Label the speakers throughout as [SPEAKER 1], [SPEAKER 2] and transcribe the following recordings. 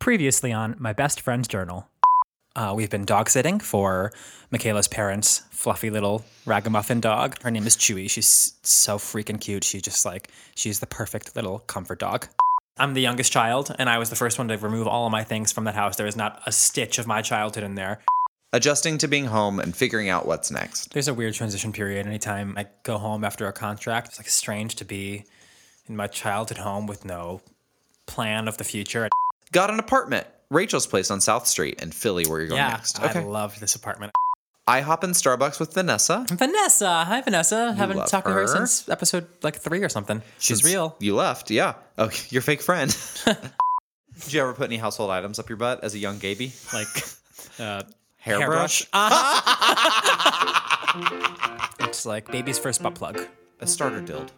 [SPEAKER 1] Previously on My Best Friend's Journal, uh, we've been dog sitting for Michaela's parents' fluffy little ragamuffin dog. Her name is Chewy. She's so freaking cute. She's just like, she's the perfect little comfort dog. I'm the youngest child, and I was the first one to remove all of my things from that house. There is not a stitch of my childhood in there.
[SPEAKER 2] Adjusting to being home and figuring out what's next.
[SPEAKER 1] There's a weird transition period anytime I go home after a contract. It's like strange to be in my childhood home with no plan of the future.
[SPEAKER 2] Got an apartment. Rachel's place on South Street in Philly, where you're going
[SPEAKER 1] Yeah,
[SPEAKER 2] next.
[SPEAKER 1] I
[SPEAKER 2] Okay.
[SPEAKER 1] loved this apartment.
[SPEAKER 2] I hop in Starbucks with Vanessa.
[SPEAKER 1] Vanessa. Hi, Vanessa. Haven't
[SPEAKER 2] love
[SPEAKER 1] talked to her
[SPEAKER 2] her?
[SPEAKER 1] since episode like three or something. She's
[SPEAKER 2] Since
[SPEAKER 1] real.
[SPEAKER 2] You left, yeah. Oh, your fake friend. Did you ever put any household items up your butt as a young gaby?
[SPEAKER 1] Like uh,
[SPEAKER 2] Hairbrush?
[SPEAKER 1] it's like baby's first butt plug.
[SPEAKER 2] A starter dildo.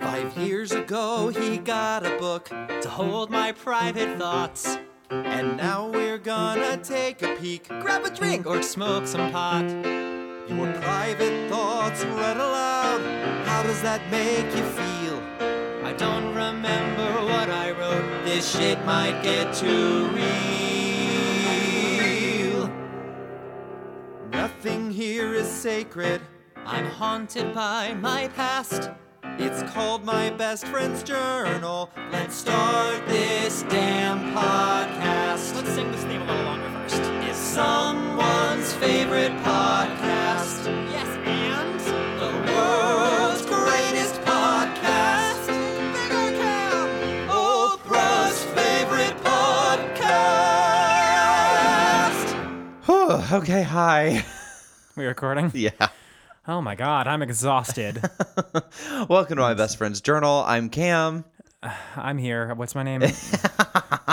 [SPEAKER 3] Five years ago, he got a book to hold my private thoughts. And now we're gonna take a peek, grab a drink, or smoke some pot. Your private thoughts read aloud. How does that make you feel? I don't remember what I wrote. This shit might get too real. Nothing here is sacred. I'm haunted by my past. It's called My Best Friend's Journal. Let's start this damn podcast. Let's sing this theme a little longer first. It's someone's favorite podcast. Yes, and the world's greatest podcast. Bigger Cam, Oprah's favorite podcast.
[SPEAKER 2] Oh, okay, hi.
[SPEAKER 1] We recording?
[SPEAKER 2] yeah.
[SPEAKER 1] Oh my god, I'm exhausted.
[SPEAKER 2] Welcome to my best friend's journal. I'm Cam.
[SPEAKER 1] I'm here. What's my name?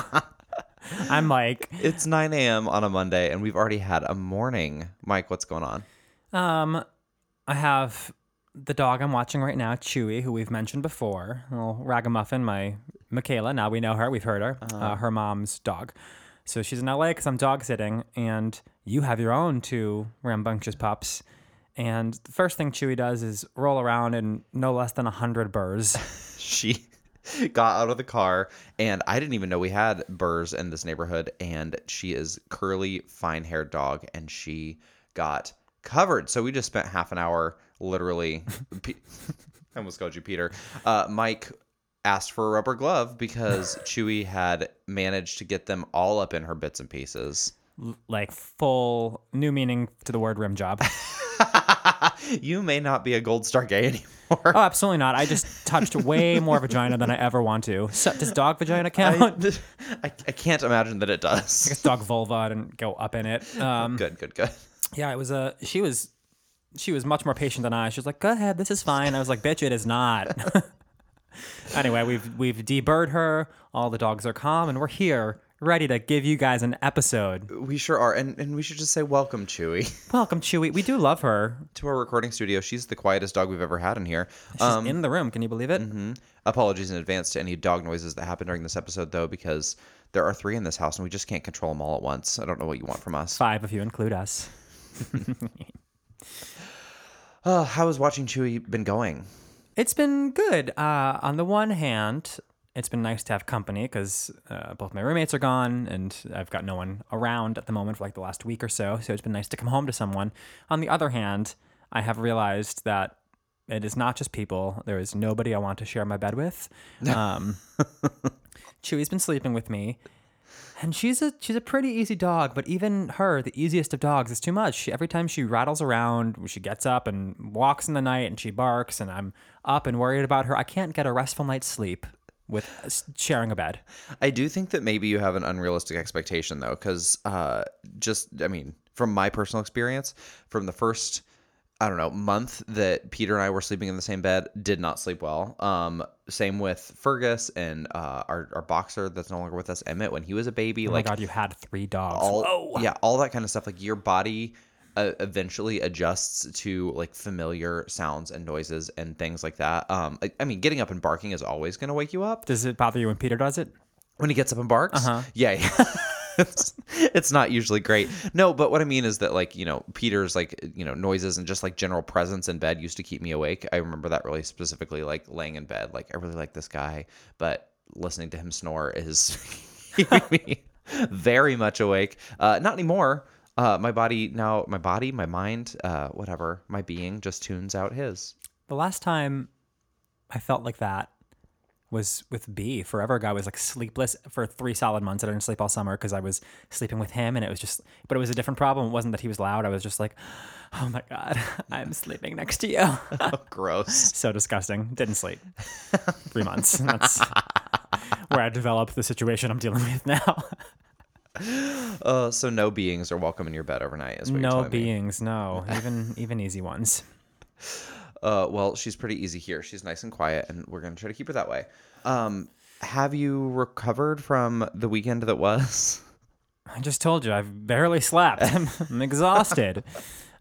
[SPEAKER 1] I'm like,
[SPEAKER 2] It's 9 a.m. on a Monday, and we've already had a morning. Mike, what's going on?
[SPEAKER 1] um, I have the dog I'm watching right now, Chewy, who we've mentioned before. Little ragamuffin, my Michaela. Now we know her. We've heard her. Uh, her mom's dog. So she's in LA because I'm dog sitting, and you have your own two rambunctious pups. And the first thing Chewy does is roll around in no less than 100 burrs.
[SPEAKER 2] she got out of the car and i didn't even know we had burrs in this neighborhood and she is curly fine haired dog and she got covered so we just spent half an hour literally Pe- i almost called you peter uh, mike asked for a rubber glove because chewy had managed to get them all up in her bits and pieces
[SPEAKER 1] like full new meaning to the word rim job.
[SPEAKER 2] you may not be a gold star gay anymore
[SPEAKER 1] Oh, absolutely not. I just touched way more vagina than I ever want to. So, does dog vagina
[SPEAKER 2] I,
[SPEAKER 1] count?
[SPEAKER 2] I, I can't imagine that it does
[SPEAKER 1] dog vulva I didn't go up in it. Um,
[SPEAKER 2] good good good
[SPEAKER 1] yeah, it was a. She was, she was much more patient than I. She was like, "Go ahead, this is fine." I was like, "Bitch, it is not." anyway, we've we've deburred her. All the dogs are calm, and we're here ready to give you guys an episode.
[SPEAKER 2] We sure are. And and we should just say welcome, Chewy,
[SPEAKER 1] Welcome, Chewy. We do love her.
[SPEAKER 2] to our recording studio. She's the quietest dog we've ever had in here.
[SPEAKER 1] She's
[SPEAKER 2] Um, mm-hmm.
[SPEAKER 1] in the room. Can you believe it?
[SPEAKER 2] apologies in advance to any dog noises that happen during this episode, though, because there are three in this house and we just can't control them all at once. I don't know what you want from us.
[SPEAKER 1] Five if you include us.
[SPEAKER 2] Uh, how has watching Chewy been going?
[SPEAKER 1] It's been good. Uh, on the one hand, it's been nice to have company because uh, both my roommates are gone and I've got no one around at the moment for like the last week or so. So it's been nice to come home to someone. On the other hand, I have realized that it is not just people. There is nobody I want to share my bed with. Um, Chewy's been sleeping with me. And she's a she's a pretty easy dog, but even her, the easiest of dogs, is too much. She, every time she rattles around, she gets up and walks in the night, and she barks, and I'm up and worried about her. I can't get a restful night's sleep with s- sharing a bed. Oh
[SPEAKER 2] I do think that maybe you have an unrealistic expectation, though, because uh, just, I mean, from my personal experience, from the first, I don't know, month that Peter and I were sleeping in the same bed, did not sleep well. Um, same with Fergus and uh, our, our boxer that's no longer with us, Emmett, when he was a baby.
[SPEAKER 1] Oh
[SPEAKER 2] like,
[SPEAKER 1] my God, you had three dogs.
[SPEAKER 2] all
[SPEAKER 1] Whoa.
[SPEAKER 2] yeah all that kind of stuff like your body uh, eventually adjusts to like familiar sounds and noises and things like that um I, I mean getting up and barking is always going to wake you up
[SPEAKER 1] Does it bother you when Peter does it?
[SPEAKER 2] when he gets up and barks yeah it's, it's not usually great no but what i mean is that like you know peter's like you know noises and just like general presence in bed used to keep me awake i remember that really specifically like laying in bed like i really like this guy but listening to him snore is keeping me very much awake. Uh, not anymore. Uh, my body now, my body, my mind, uh, whatever, my being just tunes out his.
[SPEAKER 1] The last time I felt like that was with B forever ago. I was like sleepless for three solid months. I didn't sleep all summer because I was sleeping with him, and it was just. But it was a different problem. It wasn't that he was loud. I was just like, oh my god, I'm sleeping next to you.
[SPEAKER 2] Oh, Gross.
[SPEAKER 1] so disgusting. Didn't sleep. Three months. That's where I developed the situation I'm dealing with now.
[SPEAKER 2] Uh, so no beings are welcome in your bed overnight. Is what you're
[SPEAKER 1] no
[SPEAKER 2] telling me.
[SPEAKER 1] beings. No, even even easy ones.
[SPEAKER 2] Uh, well, she's pretty easy here. She's nice and quiet, and we're gonna try to keep her that way. Um, have you recovered from the weekend that was?
[SPEAKER 1] I just told you I've barely slept. I'm, I'm exhausted.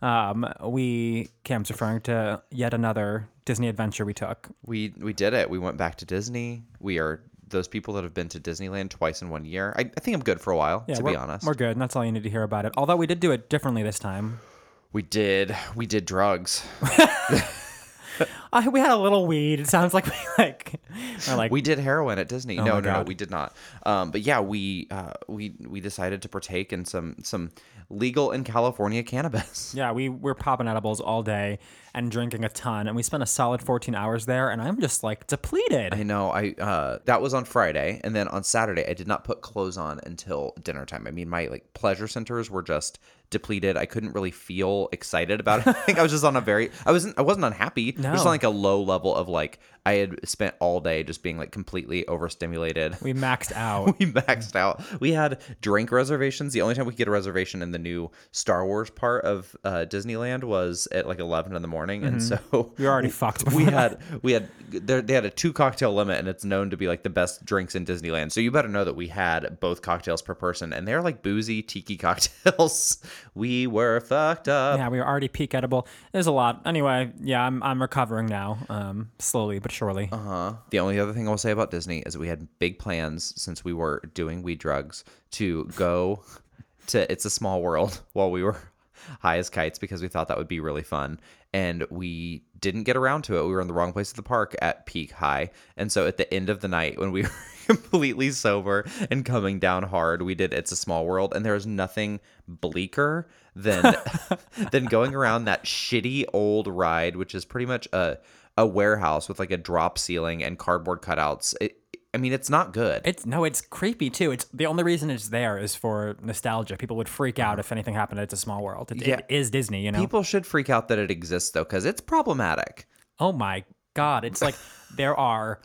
[SPEAKER 1] Um, we Cam's referring to yet another Disney adventure we took.
[SPEAKER 2] We we did it. We went back to Disney. We are those people that have been to Disneyland twice in one year. I, I think I'm good for a while, to
[SPEAKER 1] we're,
[SPEAKER 2] be honest.
[SPEAKER 1] we're good. And that's all you need to hear about it. Although we did do it differently this time.
[SPEAKER 2] We did. We did drugs.
[SPEAKER 1] I, Ah, we had a little weed. It sounds like we like are like
[SPEAKER 2] We did heroin at Disney. no,
[SPEAKER 1] Oh my
[SPEAKER 2] no, no,
[SPEAKER 1] God.
[SPEAKER 2] we did not. Um, but yeah, we uh, we we decided to partake in some some legal in California cannabis.
[SPEAKER 1] yeah we were popping edibles all day and drinking a ton, and we spent a solid fourteen hours there. And I'm just like depleted.
[SPEAKER 2] I know. I uh, that was on Friday, and then on Saturday, I did not put clothes on until dinner time. I mean, my like pleasure centers were just depleted. I couldn't really feel excited about it. I think I was just on a very. I wasn't. I wasn't unhappy. No. Just
[SPEAKER 1] No.
[SPEAKER 2] on like a low level of like I had spent all day just being like completely overstimulated.
[SPEAKER 1] we maxed out.
[SPEAKER 2] we maxed out. We had drink reservations. The only time we could get a reservation in the new Star Wars part of uh, Disneyland was at like eleven in the morning, and so
[SPEAKER 1] We were already fucked.
[SPEAKER 2] we
[SPEAKER 1] before that.
[SPEAKER 2] had we had there, they had a two cocktail limit and it's known to be like the best drinks in disneyland so you better know that we had both cocktails per person and they're like boozy tiki cocktails we were fucked up
[SPEAKER 1] Yeah, we were already peak edible. There's a lot. Anyway, yeah, I'm I'm recovering now, um, slowly but surely.
[SPEAKER 2] uh-huh the only other thing i'll say about disney is we had big plans since we were doing weed drugs to go to it's a small world while we were high as kites because we thought that would be really fun and we didn't get around to it we were in the wrong place at the park at peak high and so at the end of the night when we were completely sober and coming down hard we did it's a small world and there is nothing bleaker than than going around that shitty old ride which is pretty much a a warehouse with like a drop ceiling and cardboard cutouts it, i mean it's not good
[SPEAKER 1] It's no, it's creepy too. It's the only reason it's there is for nostalgia. People would freak out if anything happened. It's a small world. It,
[SPEAKER 2] Yeah.
[SPEAKER 1] it is Disney, you know.
[SPEAKER 2] People should freak out that it exists though, because it's problematic.
[SPEAKER 1] oh my god, it's like there are.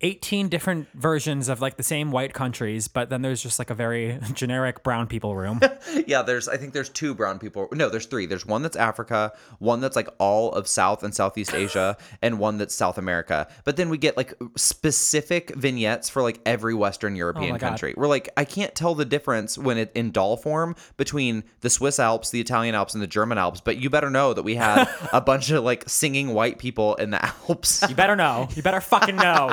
[SPEAKER 1] 18 different versions of like the same white countries, but then there's just like a very generic brown people room.
[SPEAKER 2] yeah, there's I think there's two brown people. No, there's three. There's one that's Africa, one that's like all of South and Southeast Asia, and one that's South America. But then we get like specific vignettes for like every Western European
[SPEAKER 1] God.
[SPEAKER 2] country. We're like, I can't tell the difference when it in doll form between the Swiss Alps, the Italian Alps, and the German Alps. But you better know that we had a bunch of like singing white people in the Alps.
[SPEAKER 1] You better know. You better fucking know.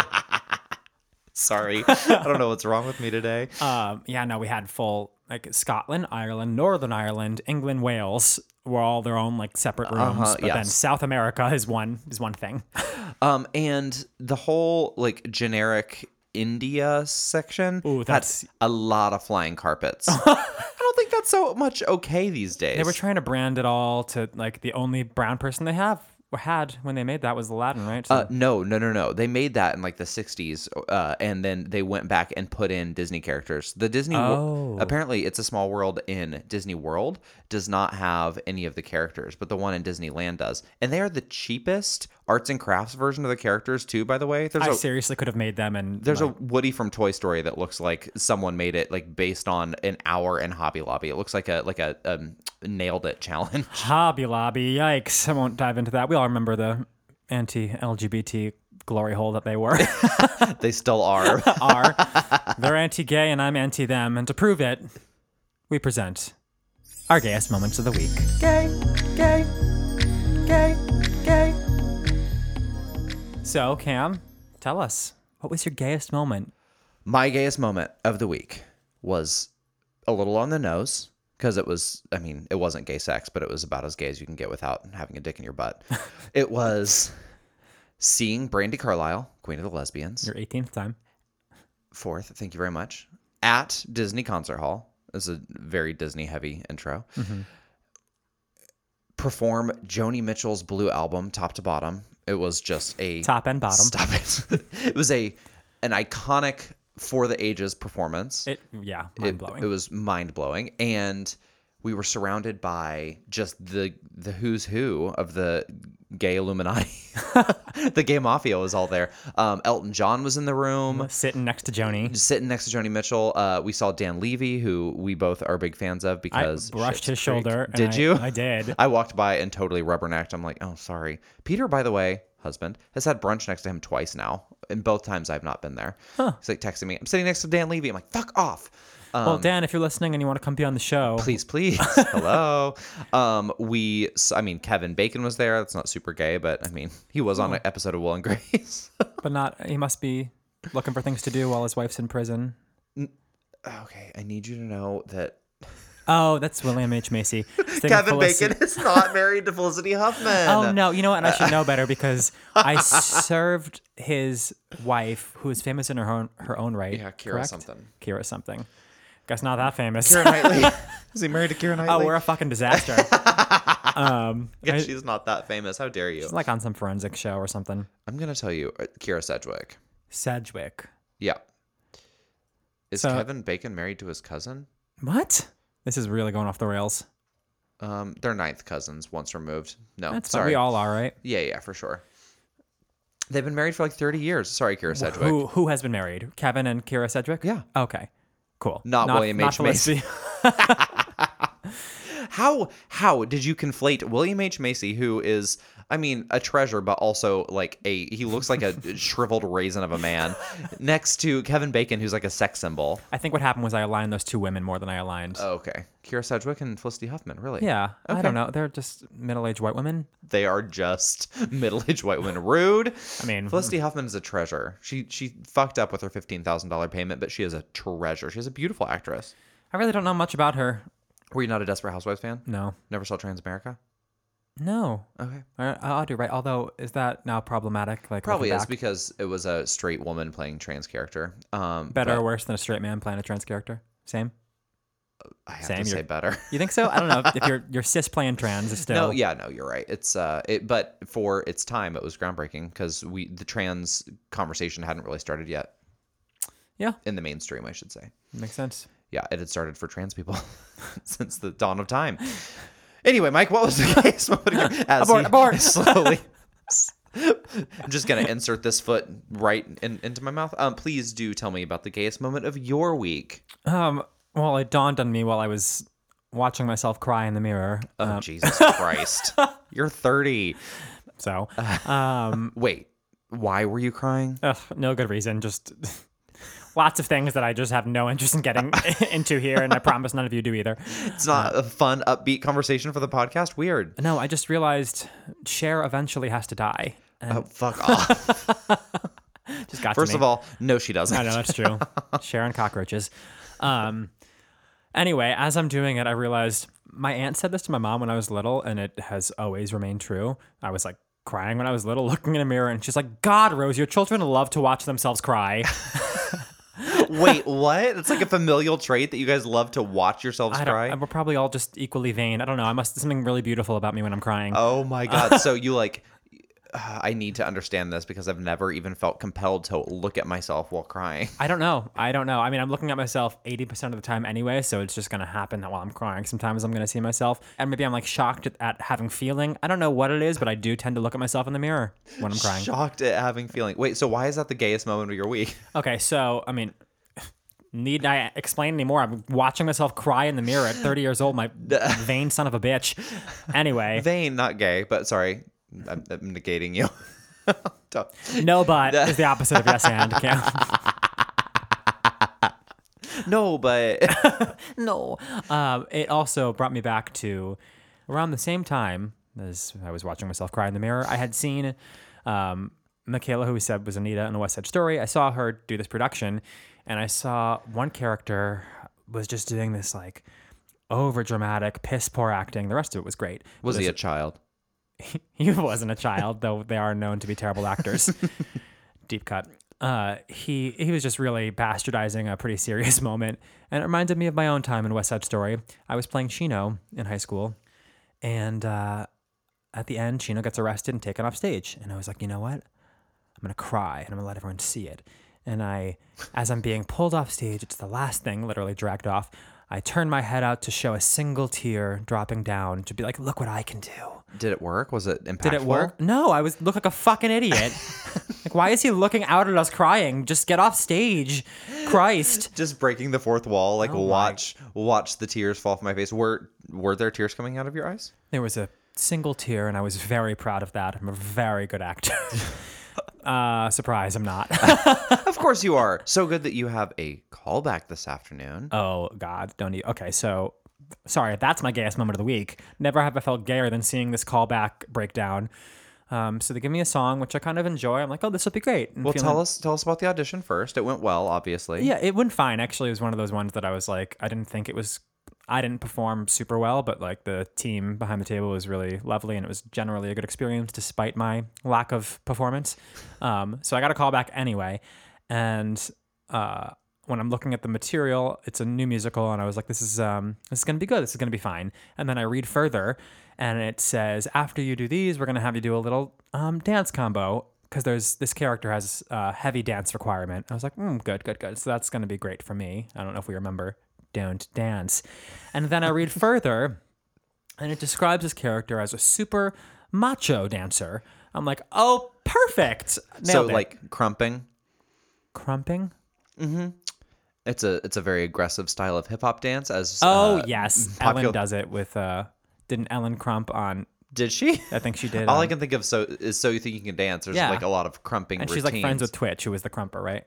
[SPEAKER 2] Sorry, I don't know what's wrong with me today.
[SPEAKER 1] Um, yeah, no, we had full like Scotland, Ireland, Northern Ireland, England, Wales were all their own like separate rooms.
[SPEAKER 2] Uh-huh,
[SPEAKER 1] but then
[SPEAKER 2] yes.
[SPEAKER 1] South America is one is one thing.
[SPEAKER 2] Um, and the whole like generic India section
[SPEAKER 1] Ooh, that's-
[SPEAKER 2] had a lot of flying carpets. I don't think that's so much okay these days.
[SPEAKER 1] They were trying to brand it all to like the only brown person they have or had when they made that was Aladdin, right? So
[SPEAKER 2] uh, no, no, no, no. They made that in like the '60s, uh, and then they went back and put in Disney characters. The Disney, wo-
[SPEAKER 1] Oh.
[SPEAKER 2] apparently, it's a small world in Disney World does not have any of the characters, but the one in Disneyland does, and they are the cheapest arts and crafts version of the characters too. By the way, there's
[SPEAKER 1] I
[SPEAKER 2] a
[SPEAKER 1] seriously could have made them and
[SPEAKER 2] There's a Woody from Toy Story that looks like someone made it like based on an hour in Hobby Lobby. It looks like a like a um, nailed it challenge.
[SPEAKER 1] Hobby Lobby. Yikes. I won't dive into that. We all remember the anti LGBT glory hole that they were
[SPEAKER 2] they still are.
[SPEAKER 1] are. They're anti gay and I'm anti them. And to prove it, we present our gayest moments of the week.
[SPEAKER 2] gay, gay, gay, gay.
[SPEAKER 1] So, Cam, tell us what was your gayest moment?
[SPEAKER 2] My gayest moment of the week was a little on the nose because it was. I mean, it wasn't gay sex, but it was about as gay as you can get without having a dick in your butt. it was seeing Brandy Carlisle, Queen of the Lesbians.
[SPEAKER 1] Your 18th time.
[SPEAKER 2] fourth. Thank you very much. at Disney Concert Hall. This is a very Disney heavy intro. Perform Joni Mitchell's Blue Album top to bottom. It was just a
[SPEAKER 1] Top and bottom.
[SPEAKER 2] Stop it. it was a an iconic for the ages performance.
[SPEAKER 1] It yeah,
[SPEAKER 2] It-
[SPEAKER 1] mind blowing.
[SPEAKER 2] It, was mind blowing, and we were surrounded by just the the who's who of the gay Illuminati. the gay mafia was all there. Um, Elton John was in the room.
[SPEAKER 1] Sitting next to Joni,
[SPEAKER 2] Sitting next to Joni Mitchell, uh, we saw Dan Levy, who we both are big fans of
[SPEAKER 1] I
[SPEAKER 2] because
[SPEAKER 1] brushed his
[SPEAKER 2] Schitt's Creek.
[SPEAKER 1] shoulder. and
[SPEAKER 2] Did
[SPEAKER 1] I-
[SPEAKER 2] you?
[SPEAKER 1] I did.
[SPEAKER 2] I walked by and totally rubbernecked. I'm like, oh, sorry. Peter, by the way, husband, has had brunch next to him twice now. And both times I've not been there. He's like texting me, I'm sitting next to Dan Levy. I'm like, fuck off. Um,
[SPEAKER 1] Well, Dan, if you're listening and you want to come be on the show,
[SPEAKER 2] please, please. Hello. Um, we, s- I mean, Kevin Bacon was there. That's not super gay, but I mean, he was
[SPEAKER 1] Hmm.
[SPEAKER 2] on an episode of Will and Grace.
[SPEAKER 1] but not. He must be looking for things to do while his wife's in prison.
[SPEAKER 2] okay. I need you to know that
[SPEAKER 1] Oh, that's William H Macy. Singing
[SPEAKER 2] Kevin
[SPEAKER 1] Felicity-
[SPEAKER 2] Bacon is not married to Felicity Huffman.
[SPEAKER 1] Oh no! You know what? I should know better because I served his wife, who is famous in her own her own right.
[SPEAKER 2] Yeah, Kira
[SPEAKER 1] correct?
[SPEAKER 2] something.
[SPEAKER 1] Kira something. Guess not that famous.
[SPEAKER 2] Keira Knightley. is he married to Kira Knightley?
[SPEAKER 1] oh, we're a fucking disaster. um,
[SPEAKER 2] Yeah,
[SPEAKER 1] I-
[SPEAKER 2] she's not that famous. How dare you?
[SPEAKER 1] like on some forensic show or something.
[SPEAKER 2] I'm gonna tell you, uh, Kira Sedgwick.
[SPEAKER 1] Sedgwick.
[SPEAKER 2] Yeah. Is
[SPEAKER 1] So-
[SPEAKER 2] Kevin Bacon married to his cousin?
[SPEAKER 1] What? This is really going off the rails.
[SPEAKER 2] Um, they're ninth cousins once removed. No,
[SPEAKER 1] That's fine.
[SPEAKER 2] sorry.
[SPEAKER 1] We all are, right?
[SPEAKER 2] yeah, yeah, for sure. They've been married for like 30 years. Sorry, Kira Sedgwick.
[SPEAKER 1] Who who has been married? Kevin and Kira Sedgwick.
[SPEAKER 2] Yeah.
[SPEAKER 1] Okay. Cool.
[SPEAKER 2] Not William H. Macy.
[SPEAKER 1] Felicity-
[SPEAKER 2] How how did you conflate William H Macy, who is, I mean, a treasure, but also like a he looks like a shriveled raisin of a man, next to Kevin Bacon, who's like a sex symbol.
[SPEAKER 1] I think what happened was I aligned those two women more than I aligned.
[SPEAKER 2] Okay, Kira Sedgwick and Felicity Huffman, really?
[SPEAKER 1] yeah. I don't know. They're just middle-aged white women.
[SPEAKER 2] they are just middle-aged white women rude.
[SPEAKER 1] I mean,
[SPEAKER 2] Felicity Huffman is a treasure. She she fucked up with her fifteen thousand dollar payment, but she is a treasure. She's a beautiful actress.
[SPEAKER 1] I really don't know much about her.
[SPEAKER 2] Were you not a Desperate Housewives fan?
[SPEAKER 1] No.
[SPEAKER 2] Never saw Transamerica.
[SPEAKER 1] No.
[SPEAKER 2] Okay,
[SPEAKER 1] I, I'll do right. Although, is that now problematic? Like
[SPEAKER 2] probably
[SPEAKER 1] looking
[SPEAKER 2] is
[SPEAKER 1] back?
[SPEAKER 2] because it was a straight woman playing trans character. Um,
[SPEAKER 1] better or
[SPEAKER 2] but
[SPEAKER 1] worse than a straight man playing a trans character. Same.
[SPEAKER 2] I have
[SPEAKER 1] Sam,
[SPEAKER 2] to say
[SPEAKER 1] you're-
[SPEAKER 2] better.
[SPEAKER 1] You think so? I don't know if- if you're you're cis playing trans is still.
[SPEAKER 2] No, yeah, no, you're right. It's uh, it, but for its time, it was groundbreaking because we the trans conversation hadn't really started yet
[SPEAKER 1] Yeah.
[SPEAKER 2] in the mainstream, I should say.
[SPEAKER 1] Makes sense.
[SPEAKER 2] yeah, it had started for trans people since the dawn of time. Anyway, Mike, what was the case? As
[SPEAKER 1] Abort,
[SPEAKER 2] he
[SPEAKER 1] abort.
[SPEAKER 2] Slowly. I'm just gonna insert this foot right in, into my mouth. Um, please do tell me about the gayest moment of your week.
[SPEAKER 1] Um. Well, it dawned on me while I was watching myself cry in the mirror. uh,
[SPEAKER 2] Oh Jesus Christ! You're 30.
[SPEAKER 1] So, um,
[SPEAKER 2] Wait, why were you crying?
[SPEAKER 1] ugh, no good reason. Just lots of things that I just have no interest in getting into here, and I promise none of you do either.
[SPEAKER 2] It's not a fun, upbeat conversation for the podcast. Weird.
[SPEAKER 1] No, I just realized Cher eventually has to die. And
[SPEAKER 2] Oh, fuck off.
[SPEAKER 1] just got
[SPEAKER 2] First
[SPEAKER 1] to me.
[SPEAKER 2] of all, no, she doesn't.
[SPEAKER 1] I know that's true. Sharon cockroaches. Um. Anyway, as I'm doing it, I realized my aunt said this to my mom when I was little, and it has always remained true. I was like crying when I was little, looking in a mirror, and she's like, "God, Rose, your children love to watch themselves cry."
[SPEAKER 2] Wait, what? It's like a familial trait that you guys love to watch yourselves
[SPEAKER 1] I don't.
[SPEAKER 2] cry.
[SPEAKER 1] and We're probably all just equally vain. I don't know. I must something really beautiful about me when I'm crying.
[SPEAKER 2] Oh my god! so you like, uh, I need to understand this because I've never even felt compelled to look at myself while crying.
[SPEAKER 1] I don't know. I don't know. I mean, I'm looking at myself 80% of the time anyway, so it's just going to happen that while I'm crying, sometimes I'm going to see myself. And maybe I'm like shocked at, at having feeling. I don't know what it is, but I do tend to look at myself in the mirror when I'm crying.
[SPEAKER 2] Shocked at having feeling. Wait, so why is that the gayest moment of your week?
[SPEAKER 1] Okay, so, I mean, need I explain anymore? I'm watching myself cry in the mirror at 30 years old, my vain son of a bitch. Anyway,
[SPEAKER 2] Vain, not gay, but sorry, I'm, I'm negating you. Don't-
[SPEAKER 1] no but is the opposite of yes and. Okay.
[SPEAKER 2] no, but
[SPEAKER 1] no. Um, it also brought me back to around the same time as I was watching myself cry in the mirror. I had seen um, Michaela, who we said was Anita in the West Side Story. I saw her do this production, and I saw one character was just doing this like over dramatic, piss poor acting. The rest of it was great.
[SPEAKER 2] was he a child?
[SPEAKER 1] he wasn't a child, though they are known to be terrible actors. Deep cut. uh, he he was just really bastardizing a pretty serious moment, and it reminded me of my own time in West Side Story. I was playing Chino in high school, and uh, at the end, Chino gets arrested and taken off stage, and I was like, you know what? I'm gonna cry and I'm gonna let everyone see it. And I, as I'm being pulled off stage, it's the last thing, literally dragged off. I turn my head out to show a single tear dropping down to be like, look what I can do.
[SPEAKER 2] Did it work? Was it impactful?
[SPEAKER 1] Did it work? No, I was look like a fucking idiot. like, why is he looking out at us crying? Just get off stage, Christ.
[SPEAKER 2] Just breaking the fourth wall, like watch watch the tears fall from my face. Were were there tears coming out of your eyes?
[SPEAKER 1] There was a single tear, and I was very proud of that. I'm a very good actor. uh, surprise, I'm not.
[SPEAKER 2] Of course you are. So good that you have a callback this afternoon.
[SPEAKER 1] oh God, don't you? Okay, so sorry, that's my gayest moment of the week. Never have I felt gayer than seeing this callback breakdown. Um, so they give me a song which I kind of enjoy. I'm like, oh, this will be great.
[SPEAKER 2] well, tell us tell us about the audition first. It went well, obviously.
[SPEAKER 1] Yeah, it went fine. Actually, it was one of those ones that I was like, I didn't think it was. I didn't perform super well, but like the team behind the table was really lovely, and it was generally a good experience despite my lack of performance. Um, so I got a call back anyway, and uh, when I'm looking at the material, it's a new musical, and I was like, this is um, this is gonna be good. This is gonna be fine. And then I read further, and it says, after you do these, we're gonna have you do a little um, dance combo because there's this character has a heavy dance requirement. I was like, mm, good, good, good. So that's going to be great for me. I don't know if we remember don't dance. And then I read further, and it describes his character as a super macho dancer. I'm like, oh, perfect.
[SPEAKER 2] so
[SPEAKER 1] Nailed it.
[SPEAKER 2] like crumping.
[SPEAKER 1] crumping.
[SPEAKER 2] It's a it's a very aggressive style of hip hop dance as
[SPEAKER 1] Oh
[SPEAKER 2] uh,
[SPEAKER 1] yes,
[SPEAKER 2] popular-
[SPEAKER 1] Ellen does it with. Uh, didn't Ellen Crump on?
[SPEAKER 2] Did she?
[SPEAKER 1] I think she did.
[SPEAKER 2] All
[SPEAKER 1] on-
[SPEAKER 2] I can think of so is so you think you can dance. There's
[SPEAKER 1] Yeah.
[SPEAKER 2] like a lot of crumping
[SPEAKER 1] and she's
[SPEAKER 2] routines.
[SPEAKER 1] like friends with Twitch, who was the crumper, right?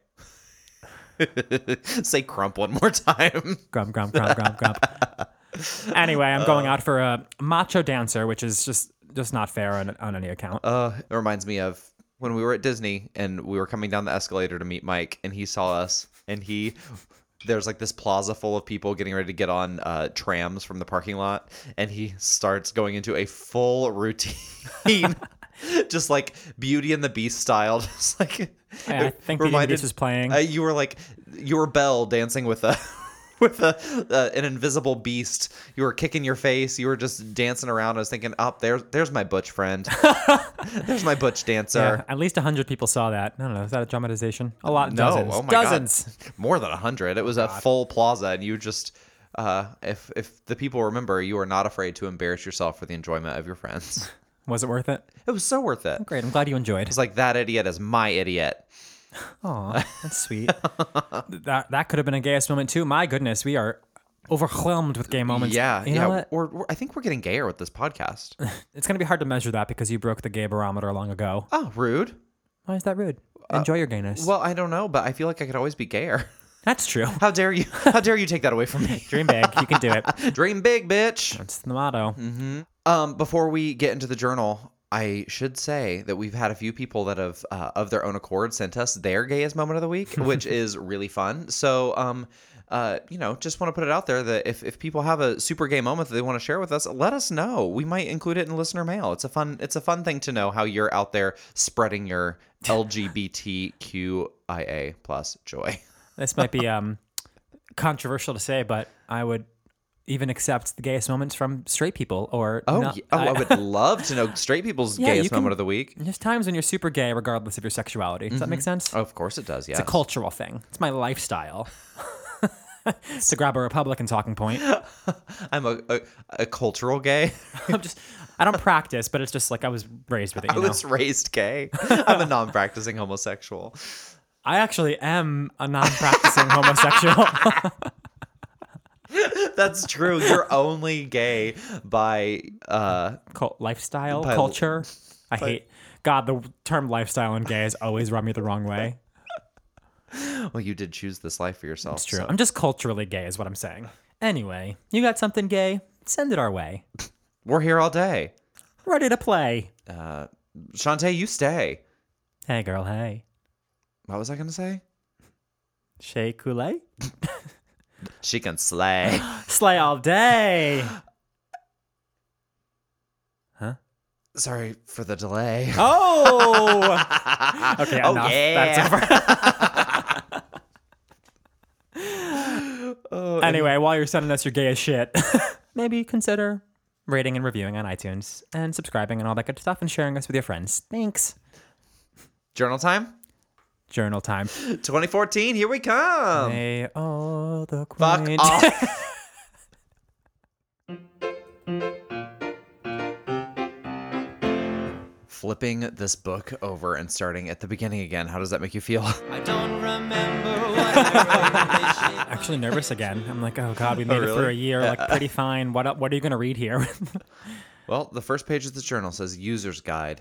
[SPEAKER 2] Say crump one more time.
[SPEAKER 1] Grump, grump, grump, grump, grump. Anyway, I'm going out for a macho dancer, which is just just not fair on, on any account.
[SPEAKER 2] Uh, it reminds me of when we were at Disney and we were coming down the escalator to meet Mike, and he saw us, and he there's like this plaza full of people getting ready to get on uh, trams from the parking lot, and he starts going into a full routine, just like Beauty and the Beast style, just like.
[SPEAKER 1] I, I
[SPEAKER 2] it
[SPEAKER 1] think the
[SPEAKER 2] reminded-
[SPEAKER 1] Beast was playing.
[SPEAKER 2] Uh, you were like you were Belle dancing with a with a uh, an invisible beast. You were kicking your face. You were just dancing around. I was thinking, oh, there's there's my butch friend. there's my butch
[SPEAKER 1] yeah,
[SPEAKER 2] dancer.
[SPEAKER 1] at least hundred people saw that. I don't know. Is that a dramatization? A lot.
[SPEAKER 2] uh, No,
[SPEAKER 1] dozens.
[SPEAKER 2] oh my
[SPEAKER 1] dozens.
[SPEAKER 2] god, more than a hundred. It was a full plaza, and you just. Uh, if if the people remember, you are not afraid to embarrass yourself for the enjoyment of your friends.
[SPEAKER 1] Was it worth it?
[SPEAKER 2] It was so worth it.
[SPEAKER 1] Great. I'm glad you enjoyed.
[SPEAKER 2] It's like that idiot is my idiot.
[SPEAKER 1] Aw, that's sweet. that that could have been a gayest moment too. My goodness, we are overwhelmed with gay moments.
[SPEAKER 2] yeah,
[SPEAKER 1] You
[SPEAKER 2] yeah.
[SPEAKER 1] know what?
[SPEAKER 2] We're, we're, I think we're getting gayer with this podcast.
[SPEAKER 1] It's gonna be hard to measure that because you broke the gay barometer long ago.
[SPEAKER 2] oh, rude.
[SPEAKER 1] Why is that rude? Enjoy your gayness.
[SPEAKER 2] uh, Well, I don't know, but I feel like I could always be gayer.
[SPEAKER 1] that's true.
[SPEAKER 2] How dare you? How dare you take that away from me?
[SPEAKER 1] Dream big. You can do it.
[SPEAKER 2] Dream big, bitch.
[SPEAKER 1] That's the motto.
[SPEAKER 2] Um, before we get into the journal, I should say that we've had a few people that have, uh, of their own accord, sent us their gayest moment of the week, which is really fun. So, um, uh, you know, just want to put it out there that if, if people have a super gay moment that they want to share with us, let us know. We might include it in listener mail. It's a fun it's a fun thing to know how you're out there spreading your LGBTQIA plus joy.
[SPEAKER 1] This might be um, controversial to say, but I would even accept the gayest moments from straight people or
[SPEAKER 2] Oh,
[SPEAKER 1] not-
[SPEAKER 2] ye- oh, I, would love to know straight people's
[SPEAKER 1] Yeah, you
[SPEAKER 2] gayest moment
[SPEAKER 1] can-
[SPEAKER 2] of the week.
[SPEAKER 1] There's times when you're super gay, regardless of your sexuality. Does that make sense?
[SPEAKER 2] Of course it does. Mm-hmm. Oh, Yes.
[SPEAKER 1] It's a cultural thing. It's my lifestyle. to grab a Republican talking point,
[SPEAKER 2] I'm a, a, a cultural gay.
[SPEAKER 1] I'm just. I don't practice, but it's just like I was raised with it. You
[SPEAKER 2] I
[SPEAKER 1] know?
[SPEAKER 2] was raised gay. I'm a non-practicing homosexual.
[SPEAKER 1] I actually am a non-practicing homosexual.
[SPEAKER 2] That's true. You're only gay by uh
[SPEAKER 1] Cult, lifestyle,
[SPEAKER 2] By-
[SPEAKER 1] culture. I hate. God, the term lifestyle and gay has always rubbed me the wrong way.
[SPEAKER 2] well you did choose this life for yourself.
[SPEAKER 1] It's true.
[SPEAKER 2] so-
[SPEAKER 1] I'm just culturally gay, is what I'm saying. Anyway, you got something gay? Send it our way.
[SPEAKER 2] We're here all day.
[SPEAKER 1] Ready to play.
[SPEAKER 2] Shantae, you stay.
[SPEAKER 1] Hey, girl. Hey.
[SPEAKER 2] What was I gonna say?
[SPEAKER 1] Shea Coulee?
[SPEAKER 2] She can slay.
[SPEAKER 1] Slay all day.
[SPEAKER 2] Sorry for the delay.
[SPEAKER 1] Oh. okay.
[SPEAKER 2] Oh,
[SPEAKER 1] enough.
[SPEAKER 2] yeah.
[SPEAKER 1] That's over. anyway, while you're sending us your gay as shit, maybe consider rating and reviewing on iTunes and subscribing and all that good stuff and sharing us with your friends. Thanks.
[SPEAKER 2] Journal time
[SPEAKER 1] Journal time.
[SPEAKER 2] 2014. Here we come.
[SPEAKER 1] May all the
[SPEAKER 2] Oh. Fuck
[SPEAKER 1] queens-
[SPEAKER 2] off. Flipping this book over and starting at the beginning again. How does that make you feel?
[SPEAKER 3] I don't remember what I wrote.
[SPEAKER 1] Actually nervous again. I'm like, oh god, we made it through a
[SPEAKER 2] really? Uh,
[SPEAKER 1] year, like pretty fine. What what are you gonna read here?
[SPEAKER 2] Well, the first page of the journal says user's guide.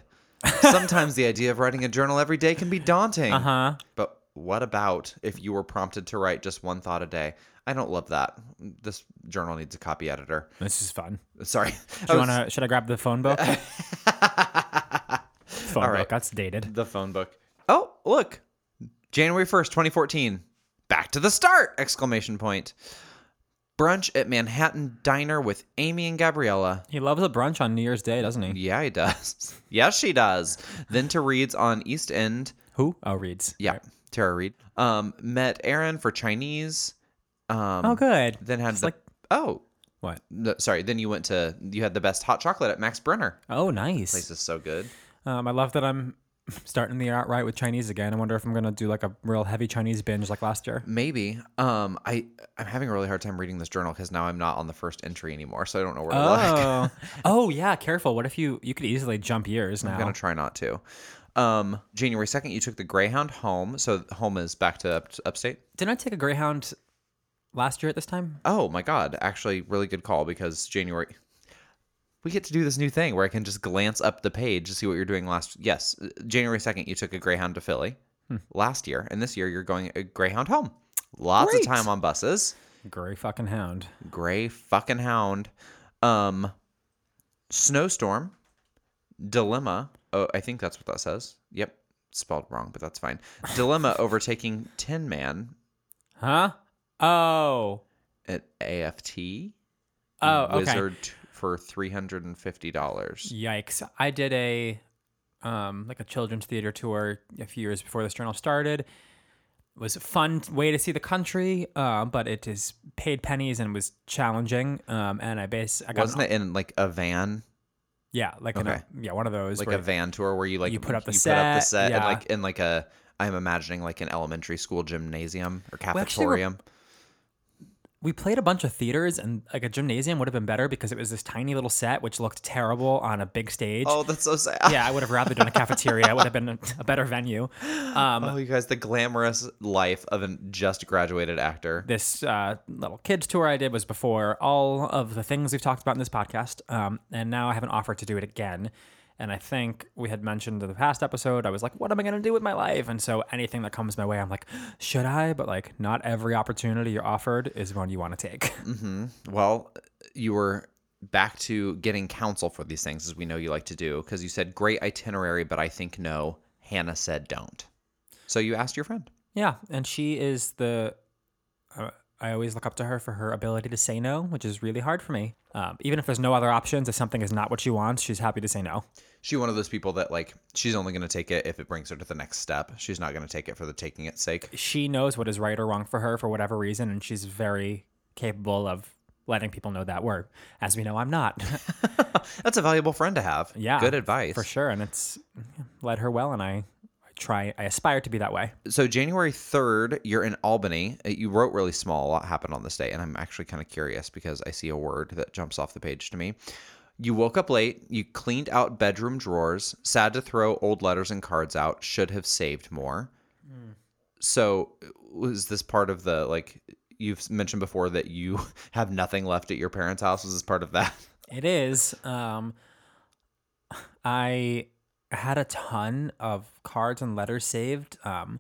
[SPEAKER 2] Sometimes the idea of writing a journal every day can be daunting. Uh
[SPEAKER 1] huh?
[SPEAKER 2] But what about if you were prompted to write just one thought a day? I don't love that. This journal needs a copy editor.
[SPEAKER 1] This is fun.
[SPEAKER 2] Sorry.
[SPEAKER 1] Do you
[SPEAKER 2] I was-
[SPEAKER 1] wanna? Should I grab the phone book? phone
[SPEAKER 2] All right.
[SPEAKER 1] book. That's dated.
[SPEAKER 2] The phone book. Oh, look. January 1st, 2014. Back to the start! Exclamation point. Brunch at Manhattan Diner with Amy and Gabriella.
[SPEAKER 1] He loves a brunch on New Year's Day, doesn't he?
[SPEAKER 2] Yeah, he does. yes, she does. Then to Reed's on East End.
[SPEAKER 1] Who? Oh, reads.
[SPEAKER 2] Yeah, Tara Reed. Um, met Aaron for Chinese. Um,
[SPEAKER 1] Oh, good.
[SPEAKER 2] Then had
[SPEAKER 1] It's
[SPEAKER 2] the
[SPEAKER 1] like-
[SPEAKER 2] oh,
[SPEAKER 1] What?
[SPEAKER 2] no, sorry. Then you went to you had the best hot chocolate at Max Brenner.
[SPEAKER 1] Oh, nice.
[SPEAKER 2] This is so good.
[SPEAKER 1] Um, I love that I'm starting the year out right with Chinese again. I wonder if I'm gonna do like a real heavy Chinese binge like last year.
[SPEAKER 2] Maybe. Um, I I'm having a really hard time reading this journal because now I'm not on the first entry anymore, so I don't know where to look.
[SPEAKER 1] Oh, oh yeah. Careful. What if you you could easily jump years now?
[SPEAKER 2] I'm gonna try not to. Um, January second, you took the Greyhound home. So home is back to up, upstate.
[SPEAKER 1] Didn't I take a Greyhound last year at this time?
[SPEAKER 2] Oh my god, actually, really good call because January. We get to do this new thing where I can just glance up the page to see what you're doing last. Yes, January 2nd, you took a Greyhound to Philly last year, and this year you're going a Greyhound home. Lots
[SPEAKER 1] Great.
[SPEAKER 2] of time on buses.
[SPEAKER 1] Grey fucking hound.
[SPEAKER 2] Gray fucking hound. Um, snowstorm. Dilemma. Oh, I think that's what that says. Yep, spelled wrong, but that's fine. Dilemma overtaking Tin Man
[SPEAKER 1] Huh? Oh.
[SPEAKER 2] at AFT.
[SPEAKER 1] Oh. Okay.
[SPEAKER 2] Wizard t- for three hundred and fifty dollars.
[SPEAKER 1] Yikes. I did a um like a children's theater tour a few years before this journal started. It was a fun way to see the country, uh, but it is paid pennies and was challenging. Um, and I base I got
[SPEAKER 2] Wasn't it in like a van,
[SPEAKER 1] yeah like in
[SPEAKER 2] Okay.
[SPEAKER 1] a, yeah one of those
[SPEAKER 2] like
[SPEAKER 1] where
[SPEAKER 2] a van tour where you like
[SPEAKER 1] you put up the set,
[SPEAKER 2] and
[SPEAKER 1] yeah.
[SPEAKER 2] like in like a I'm imagining like an elementary school gymnasium or
[SPEAKER 1] actually were-
[SPEAKER 2] cafetorium.
[SPEAKER 1] we played a bunch of theaters and like a gymnasium would have been better because it was this tiny little set which looked terrible on a big stage.
[SPEAKER 2] oh, that's so sad.
[SPEAKER 1] Yeah, I would have rather done a cafeteria. it would have been a, a better venue. Um,
[SPEAKER 2] Oh, you guys, the glamorous life of a just graduated actor.
[SPEAKER 1] this uh, little kids tour I did was before all of the things we've talked about in this podcast, um, and now I have an offer to do it again. And I think we had mentioned in the past episode, I was like, "What am I going to do with my life?" And so anything that comes my way, I'm like, "Should I?" But like, not every opportunity you're offered is one you want to take.
[SPEAKER 2] Mm-hmm. Well, you were back to getting counsel for these things, as we know you like to do, because you said great itinerary, but I think no. Hannah said don't. So you asked your friend.
[SPEAKER 1] yeah, and she is the. Uh, I always look up to her for her ability to say no, which is really hard for me. Um, even if there's no other options, if something is not what she wants, she's happy to say no.
[SPEAKER 2] She one of those people that like she's only going to take it if it brings her to the next step. She's not going to take it for the taking its sake.
[SPEAKER 1] she knows what is right or wrong for her for whatever reason, and she's very capable of letting people know that word. As we know, I'm not.
[SPEAKER 2] That's a valuable friend to have.
[SPEAKER 1] yeah,
[SPEAKER 2] good advice
[SPEAKER 1] for sure, and it's led her well, and I, I try, I aspire to be that way.
[SPEAKER 2] So January third, you're in Albany. Uh, You wrote really small. A lot happened on this day, and I'm actually kind of curious because I see a word that jumps off the page to me. You woke up late. You cleaned out bedroom drawers. Sad to throw old letters and cards out. Should have saved more. Hmm. So uh, was this part of the like you've mentioned before that you have nothing left at your parents' house? Was this part of that?
[SPEAKER 1] It is. Um, I had a ton of cards and letters saved um,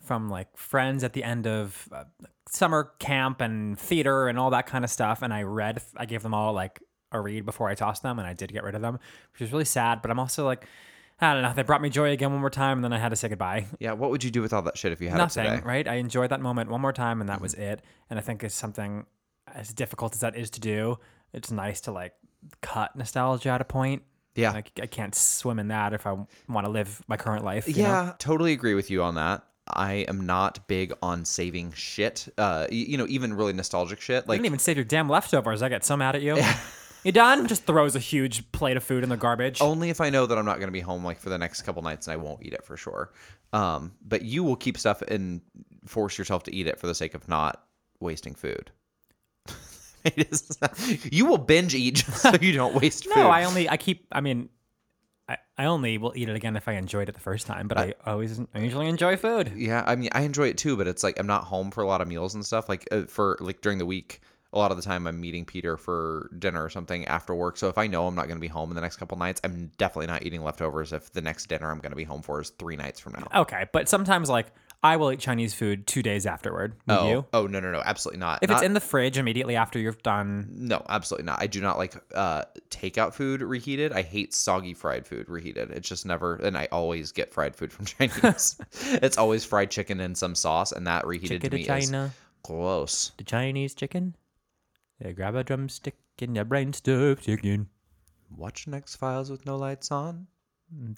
[SPEAKER 1] from like friends at the end of uh, summer camp and theater and all that kind of stuff. And I read, I gave them all like a read before I tossed them, and I did get rid of them, which was really sad. But I'm also like, I don't know. They brought me joy again one more time, and then I had to say goodbye.
[SPEAKER 2] Yeah. What would you do with all that shit if you had it
[SPEAKER 1] Nothing,
[SPEAKER 2] today? Mm-hmm.
[SPEAKER 1] right? I enjoyed that moment one more time, and that was it. And I think it's something as difficult as that is to do. It's nice to like cut nostalgia at a point.
[SPEAKER 2] Yeah.
[SPEAKER 1] Like I can't swim in that if I want to live my current life. you know?
[SPEAKER 2] Yeah, totally agree with you on that. I am not big on saving shit. Uh, y- you know, even really nostalgic shit.
[SPEAKER 1] You
[SPEAKER 2] Like,
[SPEAKER 1] didn't even save your damn leftovers. I get so mad at you. you done? Just throws a huge plate of food in the garbage.
[SPEAKER 2] only if I know that I'm not going to be home like for the next couple nights and I won't eat it for sure. Um, but you will keep stuff and force yourself to eat it for the sake of not wasting food. It is- you will binge eat just so you don't waste food.
[SPEAKER 1] No, I only I keep. I mean, I, I only will eat it again if I enjoyed it the first time. But I always I usually enjoy food.
[SPEAKER 2] Yeah, I mean, I enjoy it too, but it's like I'm not home for a lot of meals and stuff. Like uh, for like during the week, a lot of the time I'm meeting Peter for dinner or something after work. So if I know I'm not going to be home in the next couple nights, I'm definitely not eating leftovers. If the next dinner I'm going to be home for is three nights from now.
[SPEAKER 1] Okay, but sometimes like I will eat Chinese food two days afterward. Would
[SPEAKER 2] oh,
[SPEAKER 1] you?
[SPEAKER 2] oh no, no, no, absolutely not.
[SPEAKER 1] If
[SPEAKER 2] Not-
[SPEAKER 1] it's in the fridge immediately after you've done,
[SPEAKER 2] no, absolutely not. I do not like uh takeout food reheated. I hate soggy fried food reheated. It's just never, and I always get fried food from Chinese. it's always fried chicken and some sauce, and that reheated
[SPEAKER 1] Chicken
[SPEAKER 2] to
[SPEAKER 1] to
[SPEAKER 2] me is
[SPEAKER 1] China.
[SPEAKER 2] gross.
[SPEAKER 1] the Chinese chicken, yeah, grab a drumstick and your brain stuffed chicken.
[SPEAKER 2] Watch Next Files with no lights on.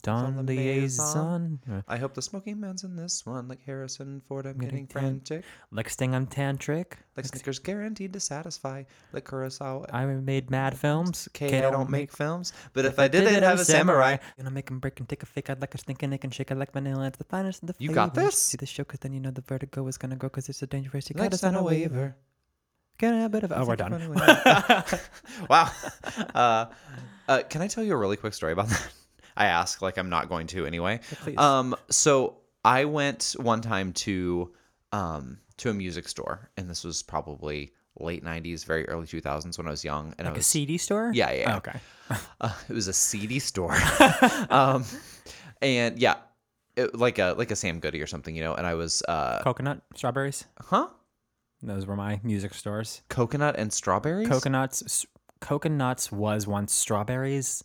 [SPEAKER 1] Don
[SPEAKER 2] the
[SPEAKER 1] liaison. Uh,
[SPEAKER 2] I hope the smoking man's in this one, like Harrison Ford. I'm
[SPEAKER 1] Getting
[SPEAKER 2] getting, frantic.
[SPEAKER 1] Like Sting, I'm tantric.
[SPEAKER 2] Like Snickers, guaranteed to satisfy. Like Curacao.
[SPEAKER 1] I made mad films.
[SPEAKER 2] Okay, I don't make films, but if I did, it have a samurai.
[SPEAKER 1] Gonna make 'em break and take a fake. I'd like a stinking nick and shake. I like vanilla. It's the finest of the
[SPEAKER 2] You got
[SPEAKER 1] flavors.
[SPEAKER 2] this?
[SPEAKER 1] See the show, cause then you know the vertigo is gonna grow, cause it's so dangerous. You gotta
[SPEAKER 2] Life's
[SPEAKER 1] sign
[SPEAKER 2] on
[SPEAKER 1] a
[SPEAKER 2] a
[SPEAKER 1] waiver.
[SPEAKER 2] waiver.
[SPEAKER 1] Can I have a bit of? Oh, we're
[SPEAKER 2] Take a
[SPEAKER 1] done.
[SPEAKER 2] funny way. wow. Uh, uh, can I tell you a really quick story about that? I ask, like I'm not going to anyway.
[SPEAKER 1] please.
[SPEAKER 2] Um, so I went one time to um to a music store, and this was probably late '90s, very early 2000s when I was young, and I
[SPEAKER 1] Like a
[SPEAKER 2] was
[SPEAKER 1] CD store?
[SPEAKER 2] Yeah, yeah, yeah.
[SPEAKER 1] Oh, okay.
[SPEAKER 2] uh, it was a CD store. um, and yeah, it, like a like a Sam Goody or something, you know. And I was uh,
[SPEAKER 1] Coconut, strawberries.
[SPEAKER 2] huh,
[SPEAKER 1] Those were my music stores.
[SPEAKER 2] coconut and strawberries.
[SPEAKER 1] Coconuts. s- Coconuts was once strawberries.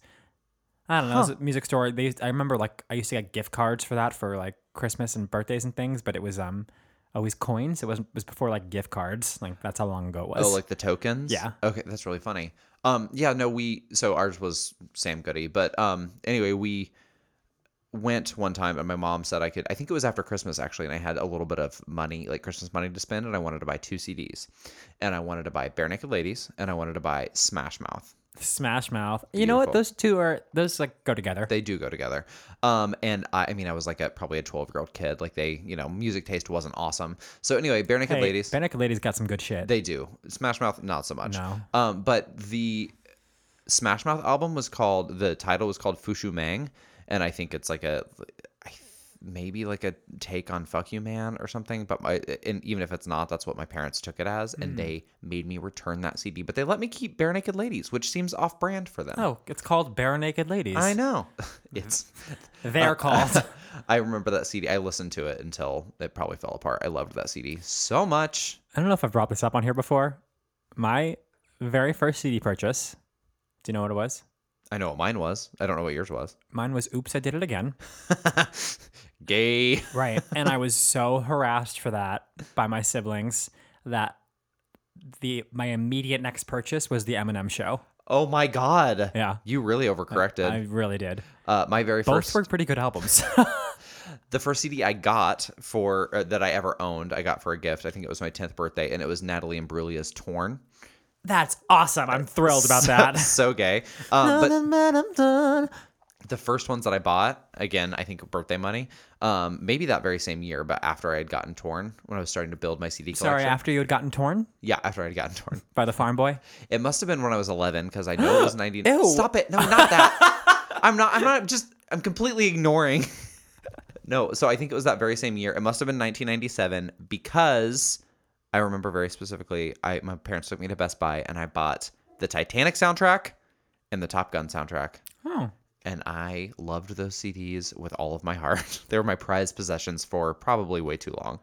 [SPEAKER 1] I don't know. It was a music store. They used, I remember like I used to get gift cards for that for like Christmas and birthdays and things, but it was um always coins. It was it was before like gift cards. Like that's how long ago it was.
[SPEAKER 2] Oh, like the tokens.
[SPEAKER 1] Yeah.
[SPEAKER 2] Okay, that's really funny. Um, yeah, no, we so ours was Sam Goody, but um, anyway, we went one time and my mom said I could. I think it was after Christmas actually, and I had a little bit of money, like Christmas money to spend, and I wanted to buy two CDs, and I wanted to buy Bare Naked Ladies, and I wanted to buy Smash Mouth.
[SPEAKER 1] Smash Mouth. You know what?
[SPEAKER 2] Beautiful.
[SPEAKER 1] Those two are those like go together.
[SPEAKER 2] They do go together. Um, and I, I mean, I was like a probably a twelve year old kid. Like they, you know, music taste wasn't awesome. So anyway, bare naked
[SPEAKER 1] hey,
[SPEAKER 2] ladies,
[SPEAKER 1] Bare Naked Ladies got some good shit.
[SPEAKER 2] they do. Smash Mouth, not so much.
[SPEAKER 1] No.
[SPEAKER 2] Um, but the Smash Mouth album was called. The title was called Fushu Mang, and I think it's like a. I th- Maybe like a take on "fuck you, man" or something, but my and even if it's not, that's what my parents took it as,
[SPEAKER 1] Hmm.
[SPEAKER 2] and they made me return that CD. But they let me keep "Bare Naked Ladies," which seems off-brand for them.
[SPEAKER 1] oh, Mm-hmm. it's called Bare Naked Ladies.
[SPEAKER 2] I know, Uh, it's
[SPEAKER 1] They're called.
[SPEAKER 2] I remember that CD. I listened to it until it probably fell apart. I loved that CD so much.
[SPEAKER 1] I don't know if I've brought this up on here before. My very first CD purchase. Do you know what it was?
[SPEAKER 2] I know what mine was. I don't know what yours was.
[SPEAKER 1] Mine was Oops, I Did It Again.
[SPEAKER 2] Gay.
[SPEAKER 1] Right. and I was so harassed for that by my siblings that the my immediate next purchase was the Eminem show.
[SPEAKER 2] Oh my god.
[SPEAKER 1] Yeah.
[SPEAKER 2] You really overcorrected.
[SPEAKER 1] I really did.
[SPEAKER 2] uh, my very
[SPEAKER 1] Both
[SPEAKER 2] first,
[SPEAKER 1] were pretty good albums.
[SPEAKER 2] the first CD I got for uh, that I ever owned, I got for a gift. I think it was my tenth birthday, and it was Natalie Imbruglia's "Torn."
[SPEAKER 1] That's awesome. I'm thrilled about that.
[SPEAKER 2] so gay. Um, but the first ones that I bought, again, I think birthday money, um, maybe that very same year, but after I had gotten torn, when I was starting to build my CD collection.
[SPEAKER 1] Sorry, after you had gotten torn
[SPEAKER 2] yeah, after I had gotten torn.
[SPEAKER 1] by the farm boy.
[SPEAKER 2] It must have been when I was 11 because I know it was 90.
[SPEAKER 1] Ew.
[SPEAKER 2] Stop it. No, not that. I'm not, I'm not just, I'm completely ignoring. no, so I think it was that very same year. It must have been 1997 because I remember very specifically, I my parents took me to Best Buy and I bought the Titanic soundtrack and the Top Gun soundtrack.
[SPEAKER 1] Oh.
[SPEAKER 2] And I loved those CDs with all of my heart. they were my prized possessions for probably way too long.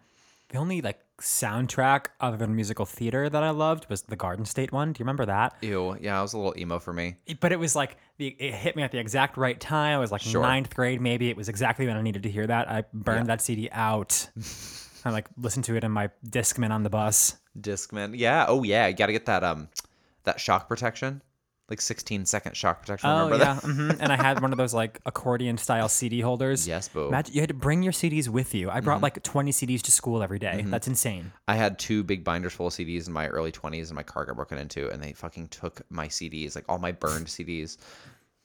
[SPEAKER 1] The only like soundtrack other than musical theater that I loved was the Garden State one. Do you remember that?
[SPEAKER 2] Ew. Yeah, it was a little emo for me.
[SPEAKER 1] but it was like the, it hit me at the exact right time. I was like ninth grade, maybe it was exactly when I needed to hear that. I burned that CD out. I like listened to it in my Discman on the bus.
[SPEAKER 2] Discman. Yeah. Oh yeah. You gotta get that um that shock protection. like 16 second shock protection.
[SPEAKER 1] Oh
[SPEAKER 2] Remember
[SPEAKER 1] yeah,
[SPEAKER 2] that?
[SPEAKER 1] hmm and I had one of those like accordion style CD holders.
[SPEAKER 2] Yes, Mm-hmm. boo.
[SPEAKER 1] Imagine- you had to bring your CDs with you. I brought like 20 CDs to school every day.
[SPEAKER 2] Mm-hmm.
[SPEAKER 1] That's insane.
[SPEAKER 2] I had two big binders full of CDs in my early 20s, and my car got broken into, and they fucking took my CDs, like all my burned CDs.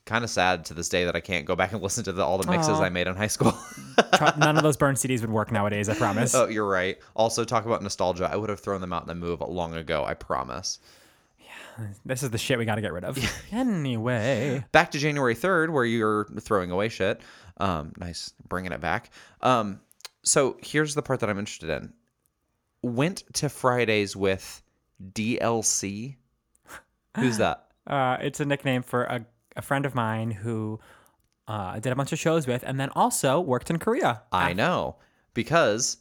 [SPEAKER 2] Kind of sad to this day that I can't go back and listen to the, all the mixes I made in high school.
[SPEAKER 1] Try- None of those burned CDs would work nowadays. I promise.
[SPEAKER 2] oh, you're right. Also, talk about nostalgia. I would have thrown them out in a move long ago. I promise.
[SPEAKER 1] This is the shit we got to get rid of. anyway,
[SPEAKER 2] back to January 3rd, where you're throwing away shit. Um, nice bringing it back. Um, so here's the part that I'm interested in. Went to Fridays with DLC. Who's that?
[SPEAKER 1] uh, it's a nickname for a, a friend of mine who uh, I did a bunch of shows with, and then also worked in Korea.
[SPEAKER 2] I know because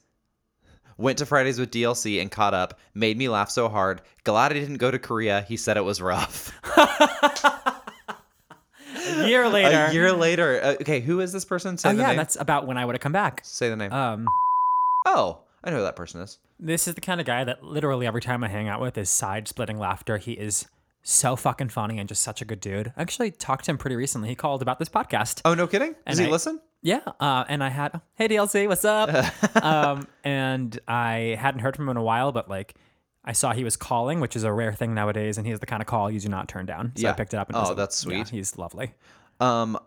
[SPEAKER 2] went to Fridays with DLC and caught up. Made me laugh so hard. Glad I didn't go to Korea. He said it was rough.
[SPEAKER 1] A year later.
[SPEAKER 2] A year later. uh, okay, who is this person? Say
[SPEAKER 1] oh
[SPEAKER 2] the
[SPEAKER 1] yeah,
[SPEAKER 2] name.
[SPEAKER 1] that's about when I would have come back.
[SPEAKER 2] Say the name.
[SPEAKER 1] Um,
[SPEAKER 2] oh, I know who that person is.
[SPEAKER 1] this is the kind of guy that literally every time I hang out with is side splitting laughter. He is so fucking funny and just such a good dude. I actually talked to him pretty recently. He called about this podcast.
[SPEAKER 2] Oh, no kidding. Does
[SPEAKER 1] And
[SPEAKER 2] he
[SPEAKER 1] I-
[SPEAKER 2] listen?
[SPEAKER 1] Yeah, uh, and I had oh, hey DLC, what's up? um, and I hadn't heard from him in a while, but like I saw he was calling, which is a rare thing nowadays, and he's the kind of call you do not turn down. So
[SPEAKER 2] Yeah.
[SPEAKER 1] I picked it up. and
[SPEAKER 2] Oh,
[SPEAKER 1] just-
[SPEAKER 2] that's
[SPEAKER 1] yeah,
[SPEAKER 2] sweet.
[SPEAKER 1] he's lovely.
[SPEAKER 2] Um,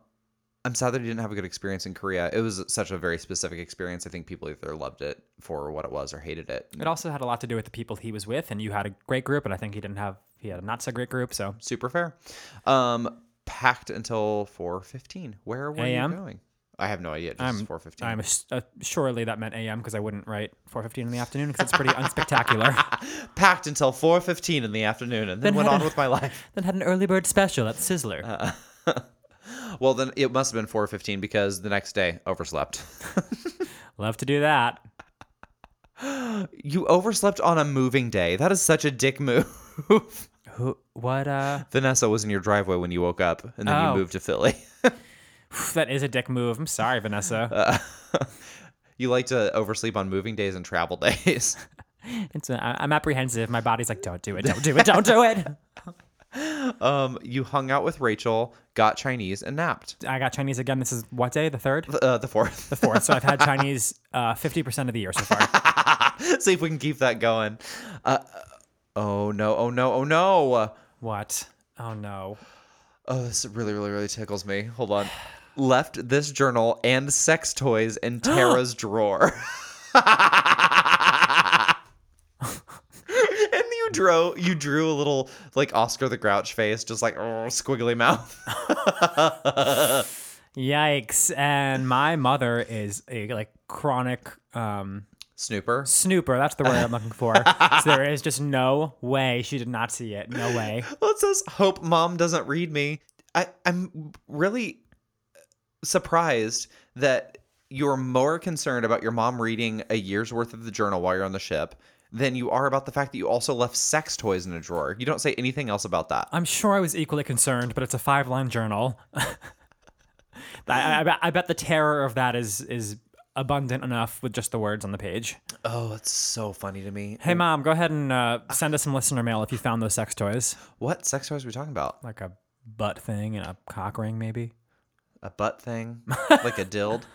[SPEAKER 2] I'm sad that I didn't have a good experience in Korea. It was such a very specific experience. I think people either loved it for what it was or hated it.
[SPEAKER 1] It also had a lot to do with the people he was with, and you had a great group, and I think he didn't have he had a not so great group. So
[SPEAKER 2] Super fair. Um, packed until 4:15. Where were
[SPEAKER 1] AM?
[SPEAKER 2] you going? I have no idea. Just 4:15.
[SPEAKER 1] I'm s- uh, surely that meant AM because I wouldn't write 4:15 in the afternoon because it's pretty unspectacular.
[SPEAKER 2] packed until 4:15 in the afternoon, and then went on with my life.
[SPEAKER 1] then had an early bird special at Sizzler.
[SPEAKER 2] Uh. Well, then it must have been 4:15 because the next day overslept.
[SPEAKER 1] Love to do that.
[SPEAKER 2] you overslept on a moving day. That is such a dick move.
[SPEAKER 1] Who? What? Uh,
[SPEAKER 2] Vanessa was in your driveway when you woke up, and then
[SPEAKER 1] Oh.
[SPEAKER 2] you moved to Philly.
[SPEAKER 1] that is a dick move. I'm sorry, Vanessa.
[SPEAKER 2] You like to oversleep on moving days and travel days.
[SPEAKER 1] It's i I'm apprehensive. My body's like, don't do it, don't do it, don't do it.
[SPEAKER 2] um, you hung out with Rachel, got Chinese, and napped.
[SPEAKER 1] I got Chinese again. This is what day? The third,
[SPEAKER 2] Th- Uh, the fourth. The
[SPEAKER 1] fourth. So I've had Chinese uh, fifty percent of the year so far.
[SPEAKER 2] See if we can keep that going. Uh, oh no! Oh no! Oh no!
[SPEAKER 1] What? Oh no.
[SPEAKER 2] Oh, this really, really, really tickles me. Hold on. Left this journal and sex toys in Tara's drawer. and you drew you drew a little like Oscar the Grouch face, just like "Oh," squiggly mouth.
[SPEAKER 1] Yikes! And my mother is a like chronic um,
[SPEAKER 2] Snooper.
[SPEAKER 1] snooper. That's the word I'm looking for. so there is just no way she did not see it. No way.
[SPEAKER 2] Well, it says, "Hope mom doesn't read me." I I'm really surprised that you're more concerned about your mom reading a year's worth of the journal while you're on the ship than you are about the fact that you also left sex toys in a drawer. You don't say anything else about that.
[SPEAKER 1] I'm sure I was equally concerned, but it's a five line journal. I, I, I bet- I bet the terror of that is is abundant enough with just the words on the page.
[SPEAKER 2] Oh, it's so funny to me.
[SPEAKER 1] Hey, mom, go ahead and uh, send us some listener mail if you found those sex toys,
[SPEAKER 2] What sex toys are we talking about?
[SPEAKER 1] like a butt thing and a cock ring, maybe
[SPEAKER 2] A butt thing, like a dild.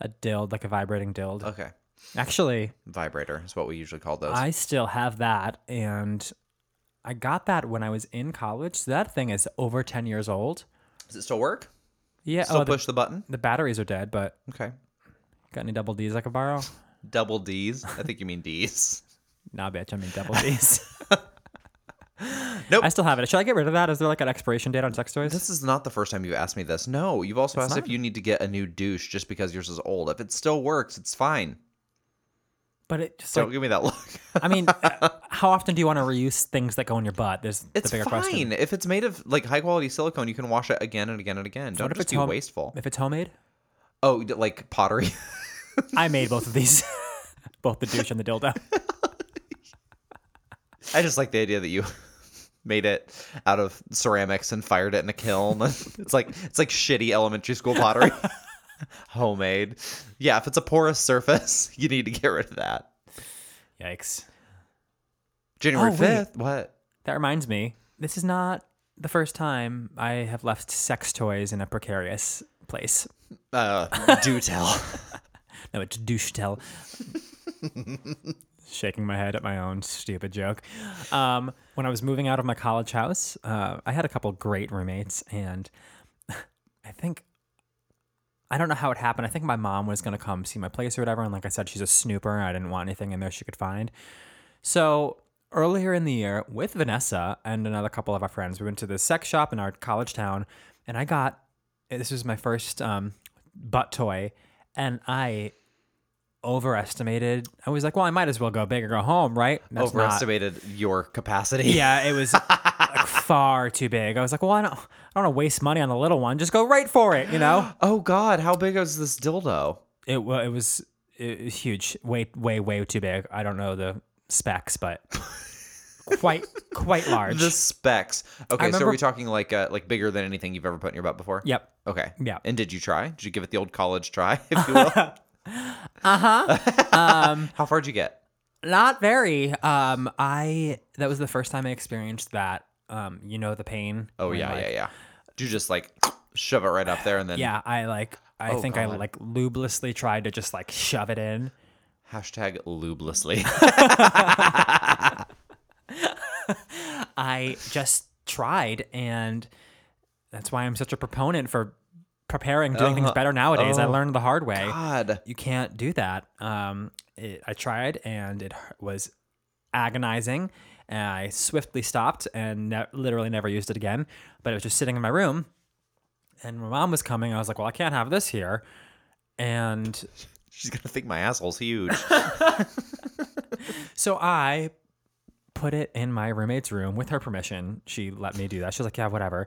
[SPEAKER 1] a dild, like a vibrating dild.
[SPEAKER 2] Okay,
[SPEAKER 1] Actually,
[SPEAKER 2] vibrator is what we usually call those.
[SPEAKER 1] I still have that, and I got that when I was in college. So that thing is over ten years old.
[SPEAKER 2] Does it still work?
[SPEAKER 1] Yeah.
[SPEAKER 2] Still
[SPEAKER 1] oh, the,
[SPEAKER 2] push the button?
[SPEAKER 1] the batteries are dead, but
[SPEAKER 2] Okay.
[SPEAKER 1] got any double D's I could borrow?
[SPEAKER 2] Double D's. I think you mean D's.
[SPEAKER 1] nah, bitch. I mean double D's.
[SPEAKER 2] Nope.
[SPEAKER 1] I still have it. Should I get rid of that? Is there like an expiration date on sex toys?
[SPEAKER 2] This is not the first time you asked me this. No, you've also asked if
[SPEAKER 1] not.
[SPEAKER 2] you need to get a new douche just because yours is old. If it still works, it's fine.
[SPEAKER 1] But it just
[SPEAKER 2] Don't
[SPEAKER 1] like,
[SPEAKER 2] give me that look.
[SPEAKER 1] I mean, uh, how often do you want to reuse things that go in your butt? There's
[SPEAKER 2] It's
[SPEAKER 1] the
[SPEAKER 2] fine.
[SPEAKER 1] bigger question.
[SPEAKER 2] If it's made of like high quality silicone, you can wash it again and again and again. Don't
[SPEAKER 1] What if
[SPEAKER 2] just
[SPEAKER 1] it's
[SPEAKER 2] be
[SPEAKER 1] home-
[SPEAKER 2] wasteful.
[SPEAKER 1] If it's homemade,
[SPEAKER 2] Oh, d- like pottery.
[SPEAKER 1] I made both of these, both the douche and the dildo.
[SPEAKER 2] I just like the idea that you made it out of ceramics and fired it in a kiln. it's like it's like shitty elementary school pottery. Homemade. Yeah, if it's a porous surface, you need to get rid of that.
[SPEAKER 1] Yikes!
[SPEAKER 2] January
[SPEAKER 1] Oh, wait.
[SPEAKER 2] 5th. What?
[SPEAKER 1] That reminds me, this is not the first time I have left sex toys in a precarious place.
[SPEAKER 2] Uh, do tell.
[SPEAKER 1] No, it's douche tell. Shaking my head at my own stupid joke. Um, when I was moving out of my college house, uh, I had a couple great roommates, and I think I don't know how it happened. I think my mom was gonna come see my place or whatever, and like I said, she's a snooper. and I didn't want anything in there she could find. So earlier in the year, with Vanessa and another couple of our friends, we went to this sex shop in our college town, and I got this was my first um, butt toy, and I overestimated. I was like, well, I might as well go big or go home, right? That's not-
[SPEAKER 2] Overestimated your capacity.
[SPEAKER 1] yeah, it was like, far too big. I was like, well, I don't, I don't want to waste money on the little one. Just go right for it, you know?
[SPEAKER 2] Oh God, how big is this dildo?
[SPEAKER 1] It, wa- it was it, was huge, way, way, way too big. I don't know the specs, but quite, quite large.
[SPEAKER 2] The specs. Okay, so
[SPEAKER 1] remember-
[SPEAKER 2] are we talking like uh, like bigger than anything you've ever put in your butt before?
[SPEAKER 1] Yep.
[SPEAKER 2] Okay.
[SPEAKER 1] Yeah.
[SPEAKER 2] And did you try? Did you give it the old college try, if you will? uh huh. um, how far would you get?
[SPEAKER 1] Uh-huh. Not very. Um, I that was the first time I experienced that. Um, you know the pain.
[SPEAKER 2] Oh
[SPEAKER 1] when,
[SPEAKER 2] yeah,
[SPEAKER 1] like,
[SPEAKER 2] yeah, yeah. Did you just like shove it right up there and then
[SPEAKER 1] Yeah, I like. I
[SPEAKER 2] Oh,
[SPEAKER 1] think I
[SPEAKER 2] God.
[SPEAKER 1] like lubelessly tried to just like shove it in.
[SPEAKER 2] hashtag lubelessly?
[SPEAKER 1] I just tried, and that's why I'm such a proponent for preparing, doing things
[SPEAKER 2] Uh-huh.
[SPEAKER 1] better nowadays. I
[SPEAKER 2] Oh,
[SPEAKER 1] learned the hard way.
[SPEAKER 2] God.
[SPEAKER 1] You can't do that. Um, it, I tried, and it hu- was agonizing. And I swiftly stopped and ne- literally never used it again. But it was just sitting in my room, and my mom was coming. I was like, "Well, I can't have this here." And
[SPEAKER 2] She's gonna think my asshole's huge.
[SPEAKER 1] So I put it in my roommate's room with her permission. She let me do that. She was like, yeah, whatever.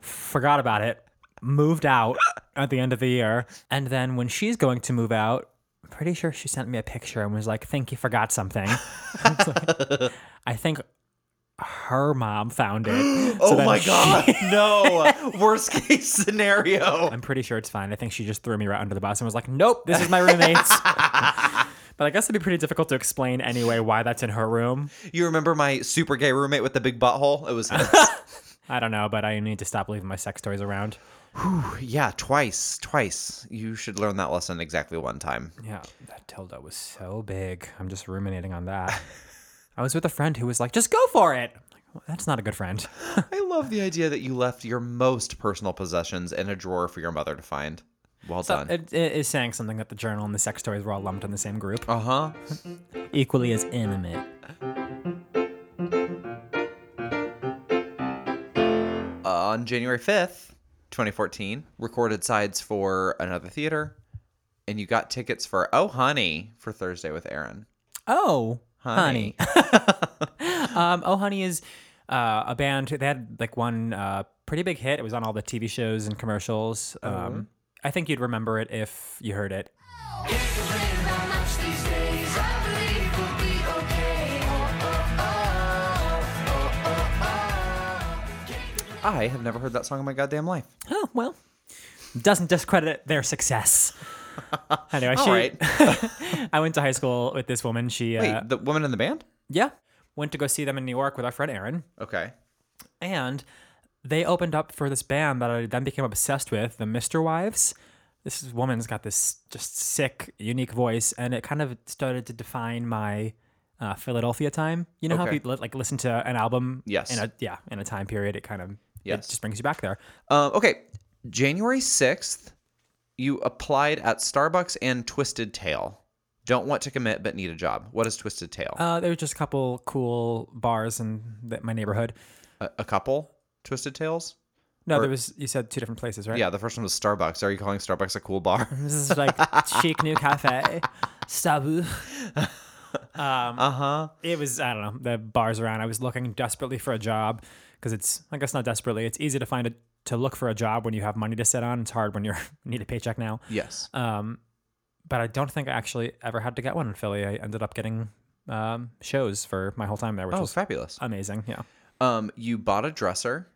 [SPEAKER 1] Forgot about it. Moved out at the end of the year. And then when she's going to move out, I'm pretty sure she sent me a picture and was like, think you forgot something. I was like, I think her mom found it. So
[SPEAKER 2] oh
[SPEAKER 1] then
[SPEAKER 2] my
[SPEAKER 1] she-
[SPEAKER 2] God. no. Worst case scenario.
[SPEAKER 1] I'm pretty sure it's fine. I think she just threw me right under the bus and was like, nope, this is my roommate's. but I guess it'd be pretty difficult to explain anyway why that's in her room.
[SPEAKER 2] You remember my super gay roommate with the big butthole? It was uh, him.
[SPEAKER 1] I don't know, but I need to stop leaving my sex toys around.
[SPEAKER 2] yeah, twice. Twice. You should learn that lesson exactly one time.
[SPEAKER 1] Yeah, that tilde was so big. I'm just ruminating on that. I was with a friend who was like, just go for it. I'm like, "Well, that's not a good friend.
[SPEAKER 2] I love the idea that you left your most personal possessions in a drawer for your mother to find. Well done.
[SPEAKER 1] It, it is saying something that the journal and the sex toys were all lumped in the same group,
[SPEAKER 2] uh huh.
[SPEAKER 1] equally as intimate.
[SPEAKER 2] Uh, on January 5th, 2014, recorded sides for another theater, and you got tickets for Oh Honey for Thursday with Aaron.
[SPEAKER 1] Oh, honey. um, oh, honey is uh, a band. They had like one uh, pretty big hit. It was on all the TV shows and commercials. Um, I think you'd remember it if you heard it.
[SPEAKER 4] Can't complain about much these days. I believe we'll be okay. Oh, oh, oh, oh, oh, oh. Can't complain-
[SPEAKER 2] I have never heard that song in my goddamn life.
[SPEAKER 1] Oh well, doesn't discredit their success. anyway, she,
[SPEAKER 2] All right.
[SPEAKER 1] I went to high school with this woman. She, uh,
[SPEAKER 2] Wait, the woman in the band?
[SPEAKER 1] yeah, went to go see them in New York with our friend Aaron,
[SPEAKER 2] Okay.
[SPEAKER 1] and they opened up for this band that I then became obsessed with, the Mister Wives. This is- woman's got this just sick, unique voice, and it kind of started to define my uh, Philadelphia time. You know how
[SPEAKER 2] Okay.
[SPEAKER 1] people like listen to an album,
[SPEAKER 2] Yes.
[SPEAKER 1] in a yeah, in a time period, it kind of
[SPEAKER 2] Yes.
[SPEAKER 1] it just brings you back there.
[SPEAKER 2] Um, okay. January 6th, you applied at Starbucks and Twisted Tail. Don't want to commit, but need a job. What is Twisted Tail?
[SPEAKER 1] Uh, there were just a couple cool bars in the, my neighborhood.
[SPEAKER 2] a, a couple Twisted Tails?
[SPEAKER 1] No, there was you said two different places, right?
[SPEAKER 2] Yeah, the first one was Starbucks. Are you calling Starbucks a cool bar?
[SPEAKER 1] This is like chic new cafe, Stabu. Um,
[SPEAKER 2] Uh huh.
[SPEAKER 1] it was I don't know the bars around. I was looking desperately for a job because it's I guess not desperately. It's easy to find a to look for a job when you have money to sit on. It's hard when you are need a paycheck now.
[SPEAKER 2] Yes.
[SPEAKER 1] Um, but I don't think I actually ever had to get one in Philly. I ended up getting um, shows for my whole time there, which
[SPEAKER 2] Oh,
[SPEAKER 1] was
[SPEAKER 2] fabulous.
[SPEAKER 1] amazing. Yeah.
[SPEAKER 2] Um, you bought a dresser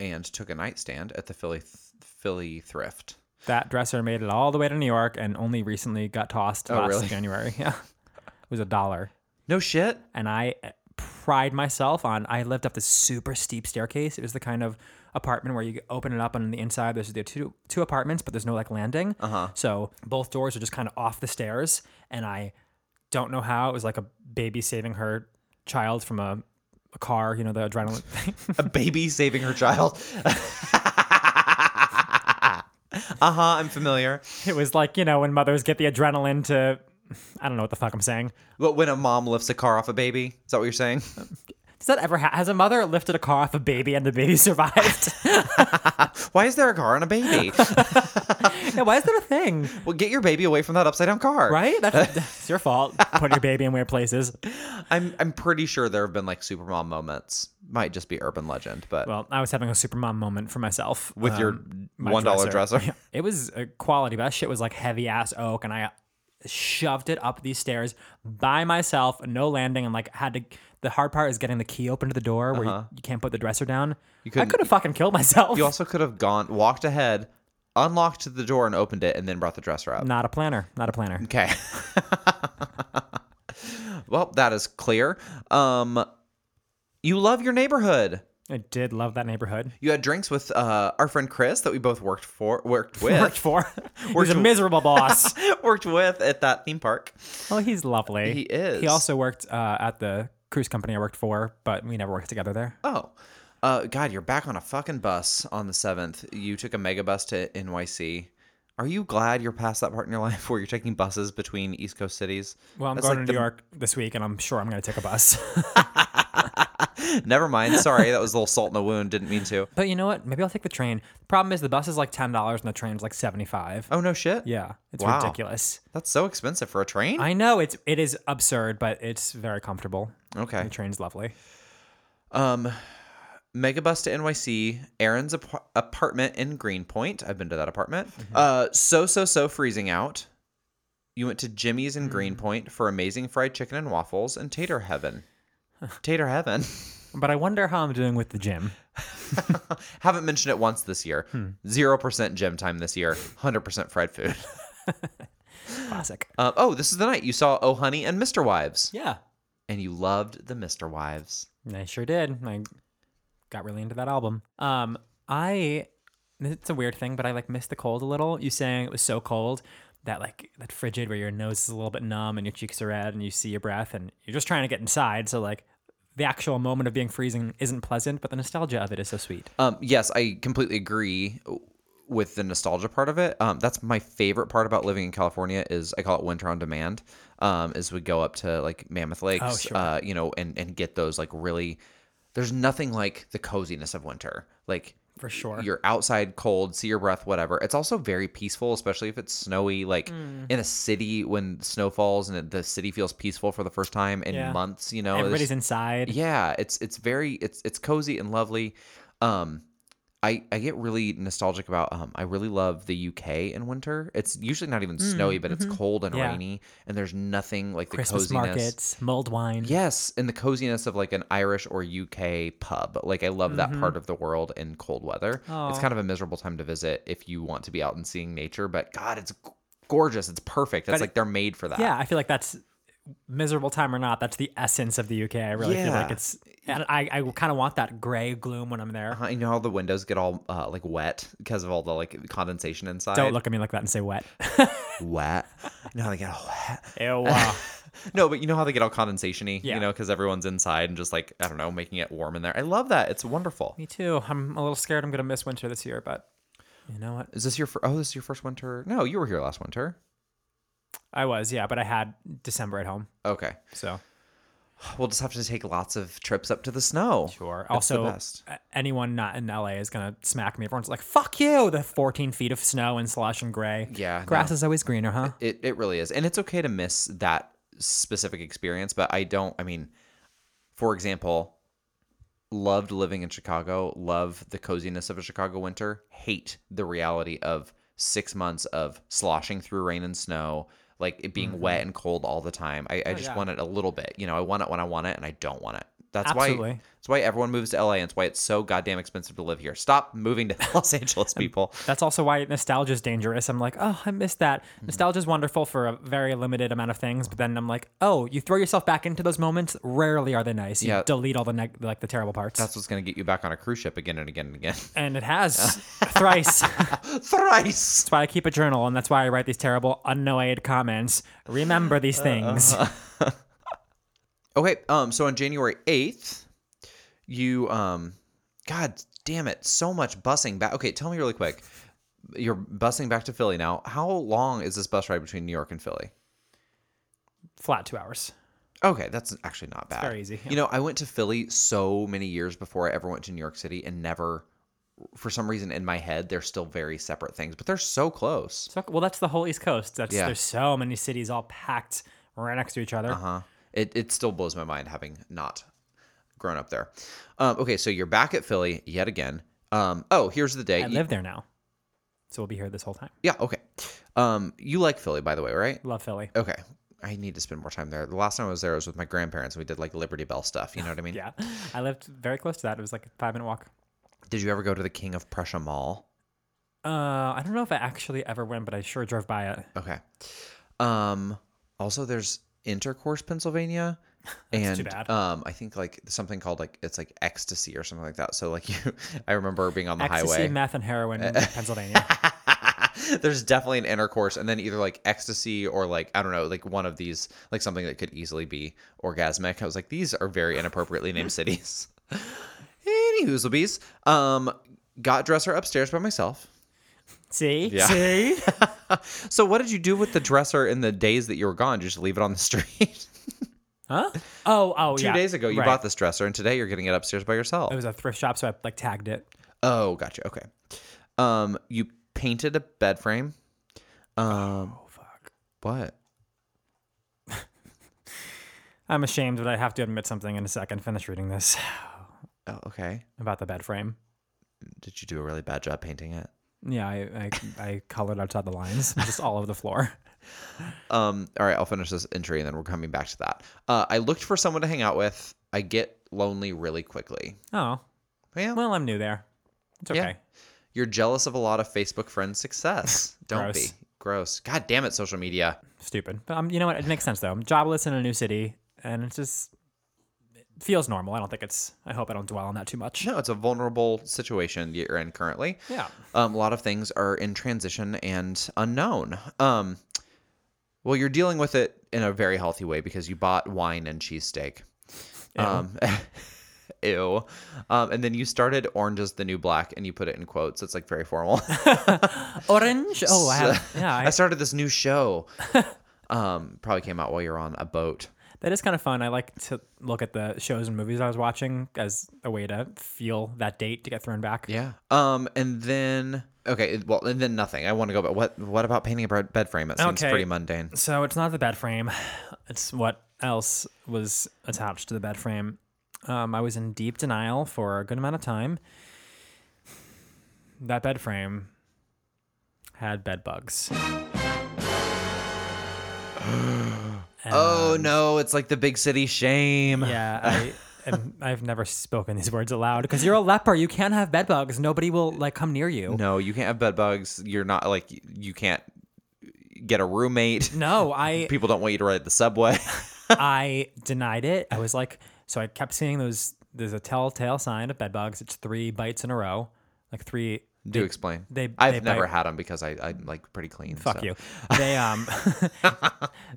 [SPEAKER 2] and took a nightstand at the Philly Philly thrift.
[SPEAKER 1] That dresser made it all the way to New York and only Oh, recently got tossed last
[SPEAKER 2] really?
[SPEAKER 1] January. Yeah. It was a dollar.
[SPEAKER 2] No shit.
[SPEAKER 1] And I uh, pride myself on. I lived up this super steep staircase. It was the kind of apartment where you open it up and on the inside there's the two two apartments, but there's no like landing. Uh-huh. So both doors are just kind of off the stairs, and I don't know how it was like a baby saving her child from a, a car. You know the adrenaline thing.
[SPEAKER 2] a baby saving her child. uh huh. Uh-huh, I'm familiar.
[SPEAKER 1] it was like you know when mothers get the adrenaline to. I don't know what the fuck I'm saying.
[SPEAKER 2] But when a mom lifts a car off a baby, is that what you're saying?
[SPEAKER 1] Does that ever ha- has a mother lifted a car off a baby and the baby survived?
[SPEAKER 2] Why is there a car and a baby?
[SPEAKER 1] yeah, why is that a thing?
[SPEAKER 2] well, get your baby away from that upside down car.
[SPEAKER 1] Right? That's, that's your fault. Put your baby in weird places.
[SPEAKER 2] I'm I'm pretty sure there have been like supermom moments. Might just be urban legend, but
[SPEAKER 1] Well, I was having a supermom moment for myself
[SPEAKER 2] with
[SPEAKER 1] um,
[SPEAKER 2] your
[SPEAKER 1] my
[SPEAKER 2] one dollar dresser.
[SPEAKER 1] Yeah. It was uh, quality, but that shit was like heavy ass oak, and I shoved it up these stairs by myself, no landing, and like had to. The hard part is getting the key open to the door where you, you can't put the dresser down. I
[SPEAKER 2] Uh-huh. couldn't-
[SPEAKER 1] could have fucking killed myself.
[SPEAKER 2] You also could have gone walked ahead, unlocked the door and opened it, and then brought the dresser up.
[SPEAKER 1] not a planner. Not a planner.
[SPEAKER 2] Okay. well, that is clear. Um, you love your neighborhood.
[SPEAKER 1] I did love that neighborhood.
[SPEAKER 2] You had drinks with uh, our friend Chris that we both worked for, worked with,
[SPEAKER 1] Worked for. He was
[SPEAKER 2] Worked
[SPEAKER 1] a
[SPEAKER 2] w-
[SPEAKER 1] miserable boss.
[SPEAKER 2] worked with at that theme park.
[SPEAKER 1] Well, he's lovely.
[SPEAKER 2] He is.
[SPEAKER 1] He also worked uh, at the cruise company I worked for, but we never worked together there.
[SPEAKER 2] Oh, uh, God, you're back on a fucking bus on the seventh. You took a mega bus to NYC. Are you glad you're past that part in your life where you're taking buses between East Coast cities?
[SPEAKER 1] Well, I'm
[SPEAKER 2] That's
[SPEAKER 1] going
[SPEAKER 2] like
[SPEAKER 1] to New
[SPEAKER 2] the-
[SPEAKER 1] York this week, and I'm sure I'm going to take a bus.
[SPEAKER 2] Never mind. Sorry, that was a little salt in the wound. Didn't mean to.
[SPEAKER 1] but you know what? Maybe I'll take the train. The problem is the bus is like ten dollars and the train's like seventy five.
[SPEAKER 2] Oh no, shit.
[SPEAKER 1] Yeah, it's
[SPEAKER 2] Wow.
[SPEAKER 1] ridiculous.
[SPEAKER 2] that's so expensive for a train.
[SPEAKER 1] I know it's it is absurd, but it's very comfortable.
[SPEAKER 2] Okay.
[SPEAKER 1] the train's lovely.
[SPEAKER 2] Um, Megabus to NYC, Aaron's ap- apartment in Greenpoint. I've been to that apartment. Uh, so, so, so freezing out. You went to Jimmy's in Greenpoint for amazing fried chicken and waffles and Tater Heaven. Tater Heaven.
[SPEAKER 1] But I wonder how I'm doing with the gym.
[SPEAKER 2] Haven't mentioned it once this year. 0% gym time this year, 100% fried food.
[SPEAKER 1] Classic.
[SPEAKER 2] Uh, oh, this is the night you saw Oh Honey and Mr. Wives.
[SPEAKER 1] Yeah,
[SPEAKER 2] And you loved the Mr. Wives.
[SPEAKER 1] I sure did. I got really into that album. Um, I it's a weird thing, but I like missed the cold a little. You saying it was so cold that like that frigid where your nose is a little bit numb and your cheeks are red and you see your breath and you're just trying to get inside. So like the actual moment of being freezing isn't pleasant, but the nostalgia of it is so sweet.
[SPEAKER 2] Um, yes, I completely agree with the nostalgia part of it. Um, that's my favorite part about living in California is I call it winter on demand. Um, is we go up to like Mammoth Lakes,
[SPEAKER 1] Oh, sure.
[SPEAKER 2] uh, you know, and and get those like really. There's nothing like the coziness of winter. Like
[SPEAKER 1] For sure.
[SPEAKER 2] you're outside cold, see your breath, whatever. It's also very peaceful, especially if it's snowy. Like
[SPEAKER 1] Mm.
[SPEAKER 2] in a city when snow falls and the city feels peaceful for the first time in
[SPEAKER 1] Yeah.
[SPEAKER 2] months. You know, There's-
[SPEAKER 1] Everybody's inside.
[SPEAKER 2] yeah, it's it's very it's it's cozy and lovely. Um I I get really nostalgic about um I really love the UK in winter. It's usually not even snowy, but it's cold and
[SPEAKER 1] Mm, mm-hmm. Yeah.
[SPEAKER 2] rainy and there's nothing like the
[SPEAKER 1] Christmas
[SPEAKER 2] coziness.
[SPEAKER 1] markets, mulled wine.
[SPEAKER 2] Yes, and the coziness of like an Irish or UK pub. Like I love that part of the world in cold weather. It's
[SPEAKER 1] Mm-hmm. Aw.
[SPEAKER 2] kind of a miserable time to visit if you want to be out and seeing nature, but god, it's g- gorgeous. It's perfect. It's
[SPEAKER 1] But it-
[SPEAKER 2] like they're made for that.
[SPEAKER 1] Yeah, I feel like that's miserable time or not. That's the essence of the UK. I really feel
[SPEAKER 2] Yeah.
[SPEAKER 1] like it's. And I, I kind of want that gray gloom when I'm there.
[SPEAKER 2] Uh, You know how the windows get all uh, like wet because of all the like condensation inside.
[SPEAKER 1] Don't look at me like that and say wet.
[SPEAKER 2] wet. You know how they get all wet.
[SPEAKER 1] Ew. uh,
[SPEAKER 2] No, but you know how they get all condensationy.
[SPEAKER 1] Yeah.
[SPEAKER 2] You know, because everyone's inside and just like I don't know, making it warm in there. I love that. It's wonderful.
[SPEAKER 1] me too. I'm a little scared I'm going to miss winter this year, but you know what?
[SPEAKER 2] Is this your fir- oh? This is your first winter? No, you were here last winter.
[SPEAKER 1] I was, yeah, but I had December at home.
[SPEAKER 2] Okay,
[SPEAKER 1] So,
[SPEAKER 2] we'll just have to take lots of trips up to the snow.
[SPEAKER 1] sure.
[SPEAKER 2] It's the
[SPEAKER 1] also,
[SPEAKER 2] best.
[SPEAKER 1] a- anyone not in LA is going to smack me. Everyone's like, fuck you. The 14 feet of snow and slush and gray.
[SPEAKER 2] Yeah,
[SPEAKER 1] Grass
[SPEAKER 2] no.
[SPEAKER 1] is always greener, huh?
[SPEAKER 2] It it really is, and it's okay to miss that specific experience. But I don't. I mean, for example, loved living in Chicago, love the coziness of a Chicago winter, hate the reality of six months of sloshing through rain and snow, Mm-hmm. like it being wet and cold all the time. I, I just
[SPEAKER 1] yeah.
[SPEAKER 2] want it a little bit. You know, I want it when I want it and I don't want it. That's why
[SPEAKER 1] Absolutely.
[SPEAKER 2] that's why everyone moves to LA and it's why it's so goddamn expensive to live here. Stop moving to Los Angeles, people.
[SPEAKER 1] That's also why nostalgia is dangerous. I'm like, oh, I miss that. Nostalgia is wonderful for a very limited amount of things, but then I'm like, oh, you throw yourself back into those moments. Rarely are they nice. You
[SPEAKER 2] Yeah.
[SPEAKER 1] delete all the neg- like the terrible parts,
[SPEAKER 2] That's what's gonna get you back on a cruise ship again and again and again.
[SPEAKER 1] and it has thrice. That's
[SPEAKER 2] Thrice.
[SPEAKER 1] why I keep a journal, and that's why I write these terrible unknowed comments. Remember
[SPEAKER 2] Uh,
[SPEAKER 1] these things.
[SPEAKER 2] uh-huh. Okay, um, so on January eighth, you um God damn it, so much busing back. Okay, tell me really quick. You're busing back to Philly now. How long is this bus ride between New York and Philly?
[SPEAKER 1] Flat two hours.
[SPEAKER 2] Okay, that's actually not bad.
[SPEAKER 1] very easy, yeah.
[SPEAKER 2] You know, I went to Philly so many years before I ever went to New York City and never for some reason in my head they're still very separate things, but they're so close.
[SPEAKER 1] So, well, that's the whole East Coast. That's
[SPEAKER 2] Yeah.
[SPEAKER 1] there's so many cities all packed right next to each other.
[SPEAKER 2] Uh-huh. It it still blows my mind having not grown up there. Um, okay, so you're back at Philly yet again. Um, oh, here's the day.
[SPEAKER 1] I live there now, so we'll be here this whole time.
[SPEAKER 2] Yeah, okay. Um, you like Philly, by the way, right?
[SPEAKER 1] Love Philly.
[SPEAKER 2] Okay. I need to spend more time there. The last time I was there was with my grandparents. and We did like Liberty Bell stuff. You know what I mean?
[SPEAKER 1] Yeah, I lived very close to that. It was like a five minute walk.
[SPEAKER 2] Did you ever go to the King of Prussia Mall?
[SPEAKER 1] Uh, I don't know if I actually ever went, but I sure drove by it.
[SPEAKER 2] Okay. Um, also, there's Intercourse, Pennsylvania. and
[SPEAKER 1] too bad.
[SPEAKER 2] um, I think like something called like it's like ecstasy or something like that. So like you, I remember being on the
[SPEAKER 1] Ecstasy,
[SPEAKER 2] highway.
[SPEAKER 1] meth, and heroin in Pennsylvania.
[SPEAKER 2] There's definitely an intercourse, and then either like ecstasy or like I don't know, like one of these, like something that could easily be orgasmic. I was like, these are very inappropriately named cities. Any hoozlebees. Um, got dresser upstairs by myself.
[SPEAKER 1] See,
[SPEAKER 2] Yeah.
[SPEAKER 1] see,
[SPEAKER 2] So what did you do with the dresser in the days that you were gone? Did you just leave it on the street?
[SPEAKER 1] huh? Oh, oh,
[SPEAKER 2] Two
[SPEAKER 1] yeah.
[SPEAKER 2] days ago you
[SPEAKER 1] Right.
[SPEAKER 2] bought this dresser, and today you're getting it upstairs by yourself.
[SPEAKER 1] It was a thrift shop, so I like tagged it.
[SPEAKER 2] oh, gotcha. Okay. Um, you painted a bed frame. Um,
[SPEAKER 1] Oh fuck!
[SPEAKER 2] what?
[SPEAKER 1] I'm ashamed, but I have to admit something in a second. Finish reading this
[SPEAKER 2] Oh, okay.
[SPEAKER 1] about the bed frame.
[SPEAKER 2] Did you do a really bad job painting it?
[SPEAKER 1] Yeah, I, I, I colored outside the lines, just all over the floor.
[SPEAKER 2] Um, all right, I'll finish this entry and then we're coming back to that. Uh, I looked for someone to hang out with. I get lonely really quickly.
[SPEAKER 1] Oh,
[SPEAKER 2] Yeah.
[SPEAKER 1] well, I'm new there. It's okay.
[SPEAKER 2] Yeah. You're jealous of a lot of Facebook friends' success. Don't
[SPEAKER 1] Gross.
[SPEAKER 2] be. Gross. God damn it, social media.
[SPEAKER 1] Stupid, but um, you know what? It makes sense though. I'm jobless in a new city, and it's just it feels normal. I don't think it's. I hope I don't dwell on that too much.
[SPEAKER 2] No, it's a vulnerable situation that you're in currently.
[SPEAKER 1] Yeah.
[SPEAKER 2] Um, a lot of things are in transition and unknown. Um, well, you're dealing with it in a very healthy way because you bought wine and cheesesteak. Um, ew. Um, and then you started Orange is the New Black and you put it in quotes. It's like very formal.
[SPEAKER 1] Orange. Oh, I have. Yeah,
[SPEAKER 2] I
[SPEAKER 1] I,
[SPEAKER 2] started this new show. um, probably came out while you're on a boat.
[SPEAKER 1] that is kind of fun. I like to look at the shows and movies I was watching as a way to feel that date to get thrown back.
[SPEAKER 2] Yeah. Um, and then okay, it- well, and then nothing. I want to go about what what about painting a bed bed frame? It seems
[SPEAKER 1] Okay.
[SPEAKER 2] pretty mundane.
[SPEAKER 1] So it's not the bed frame. It's what else was attached to the bed frame. Um, I was in deep denial for a good amount of time. That bed frame had bed bugs.
[SPEAKER 2] Oh no, it's like the big city shame.
[SPEAKER 1] Yeah, I am, I've never spoken these words aloud because you're a leper. You can't have bed bugs. Nobody will like come near you.
[SPEAKER 2] No, you can't have bed bugs. You're not like you can't get a roommate.
[SPEAKER 1] No, I
[SPEAKER 2] People don't want you to ride the subway.
[SPEAKER 1] I denied it. I was like, so I kept seeing those. There's a telltale sign of bed bugs. It's three bites in a row, like three.
[SPEAKER 2] Do explain.
[SPEAKER 1] they-
[SPEAKER 2] I've
[SPEAKER 1] they
[SPEAKER 2] never
[SPEAKER 1] bite-
[SPEAKER 2] had them because I I'm like pretty clean.
[SPEAKER 1] Fuck
[SPEAKER 2] so.
[SPEAKER 1] you. They um,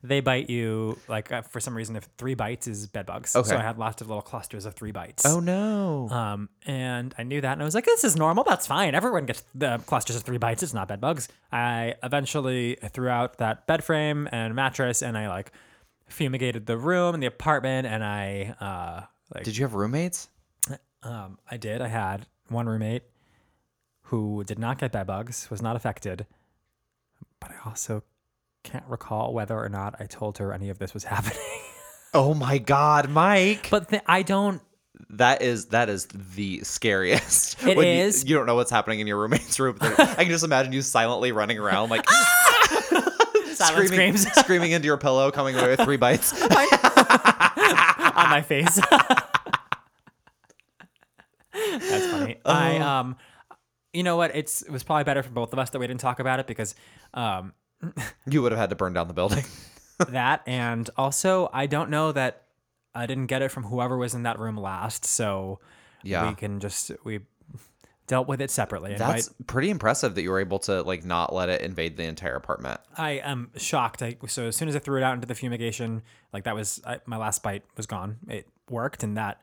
[SPEAKER 1] they bite you like uh, for some reason. If three bites is bed bugs,
[SPEAKER 2] Okay.
[SPEAKER 1] so I had lots of little clusters of three bites.
[SPEAKER 2] Oh no.
[SPEAKER 1] Um, and I knew that, and I was like, "This is normal. That's fine. Everyone gets the clusters of three bites. It's not bed bugs." I eventually threw out that bed frame and mattress, and I like fumigated the room and the apartment, and I uh, like
[SPEAKER 2] Did you have roommates?
[SPEAKER 1] um, I did. I had one roommate who did not get bed bugs, was not affected, but I also can't recall whether or not I told her any of this was happening.
[SPEAKER 2] Oh my God, Mike.
[SPEAKER 1] but th- I don't.
[SPEAKER 2] That is that is the scariest.
[SPEAKER 1] It
[SPEAKER 2] When you-
[SPEAKER 1] is.
[SPEAKER 2] You, don't know what's happening in your roommate's room. but I can just imagine you silently running around like
[SPEAKER 1] Silent
[SPEAKER 2] screaming,
[SPEAKER 1] screams
[SPEAKER 2] screaming into your pillow, coming away with three bites.
[SPEAKER 1] on my face. That's funny. I um, you know what? It's it was probably better for both of us that we didn't talk about it because um,
[SPEAKER 2] You would have had to burn down the building.
[SPEAKER 1] that and also I don't know that I didn't get it from whoever was in that room last, so
[SPEAKER 2] Yeah.
[SPEAKER 1] we can just we dealt with it separately. And
[SPEAKER 2] That's pretty impressive that you were able to like not let it invade the entire apartment.
[SPEAKER 1] I, I am shocked. I, so as soon as I threw it out into the fumigation, like that was I, my last bite was gone. It worked, and that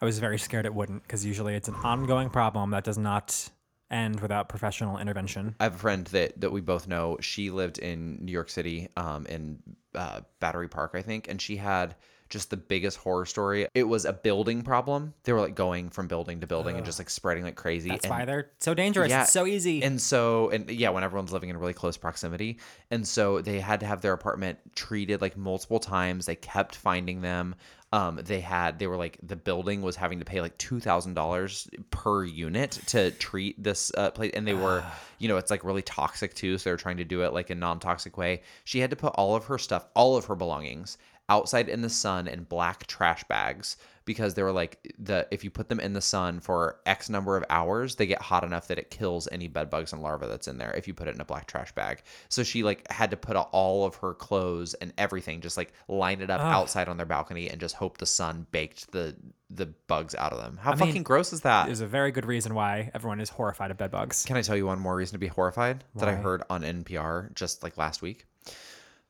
[SPEAKER 1] I was very scared it wouldn't because usually it's an ongoing problem that does not end without professional intervention.
[SPEAKER 2] I have a friend that that we both know. She lived in New York City, um, in uh, Battery Park, I think, and she had just the biggest horror story. It was a building problem. They were like going from building to building and just like spreading like crazy.
[SPEAKER 1] That's
[SPEAKER 2] and
[SPEAKER 1] why they're so dangerous.
[SPEAKER 2] Yeah,
[SPEAKER 1] it's so easy.
[SPEAKER 2] And so, and yeah, when everyone's living in really close proximity. And so they had to have their apartment treated like multiple times. They kept finding them. Um, they had, they were like, the building was having to pay like $2,000 per unit to treat this uh, place. And they were, you know, it's like really toxic too. So they were trying to do it like a non toxic way. She had to put all of her stuff, all of her belongings outside in the sun in black trash bags because they were like the if you put them in the sun for x number of hours they get hot enough that it kills any bed bugs and larvae that's in there if you put it in a black trash bag so she like had to put all of her clothes and everything just like line it up outside on their balcony and just hope the sun baked the the bugs out of them how fucking gross is that
[SPEAKER 1] There's a very good reason why everyone is horrified of bed bugs.
[SPEAKER 2] can I tell you one more reason to be horrified that I
[SPEAKER 1] Why?
[SPEAKER 2] heard on NPR just like last week?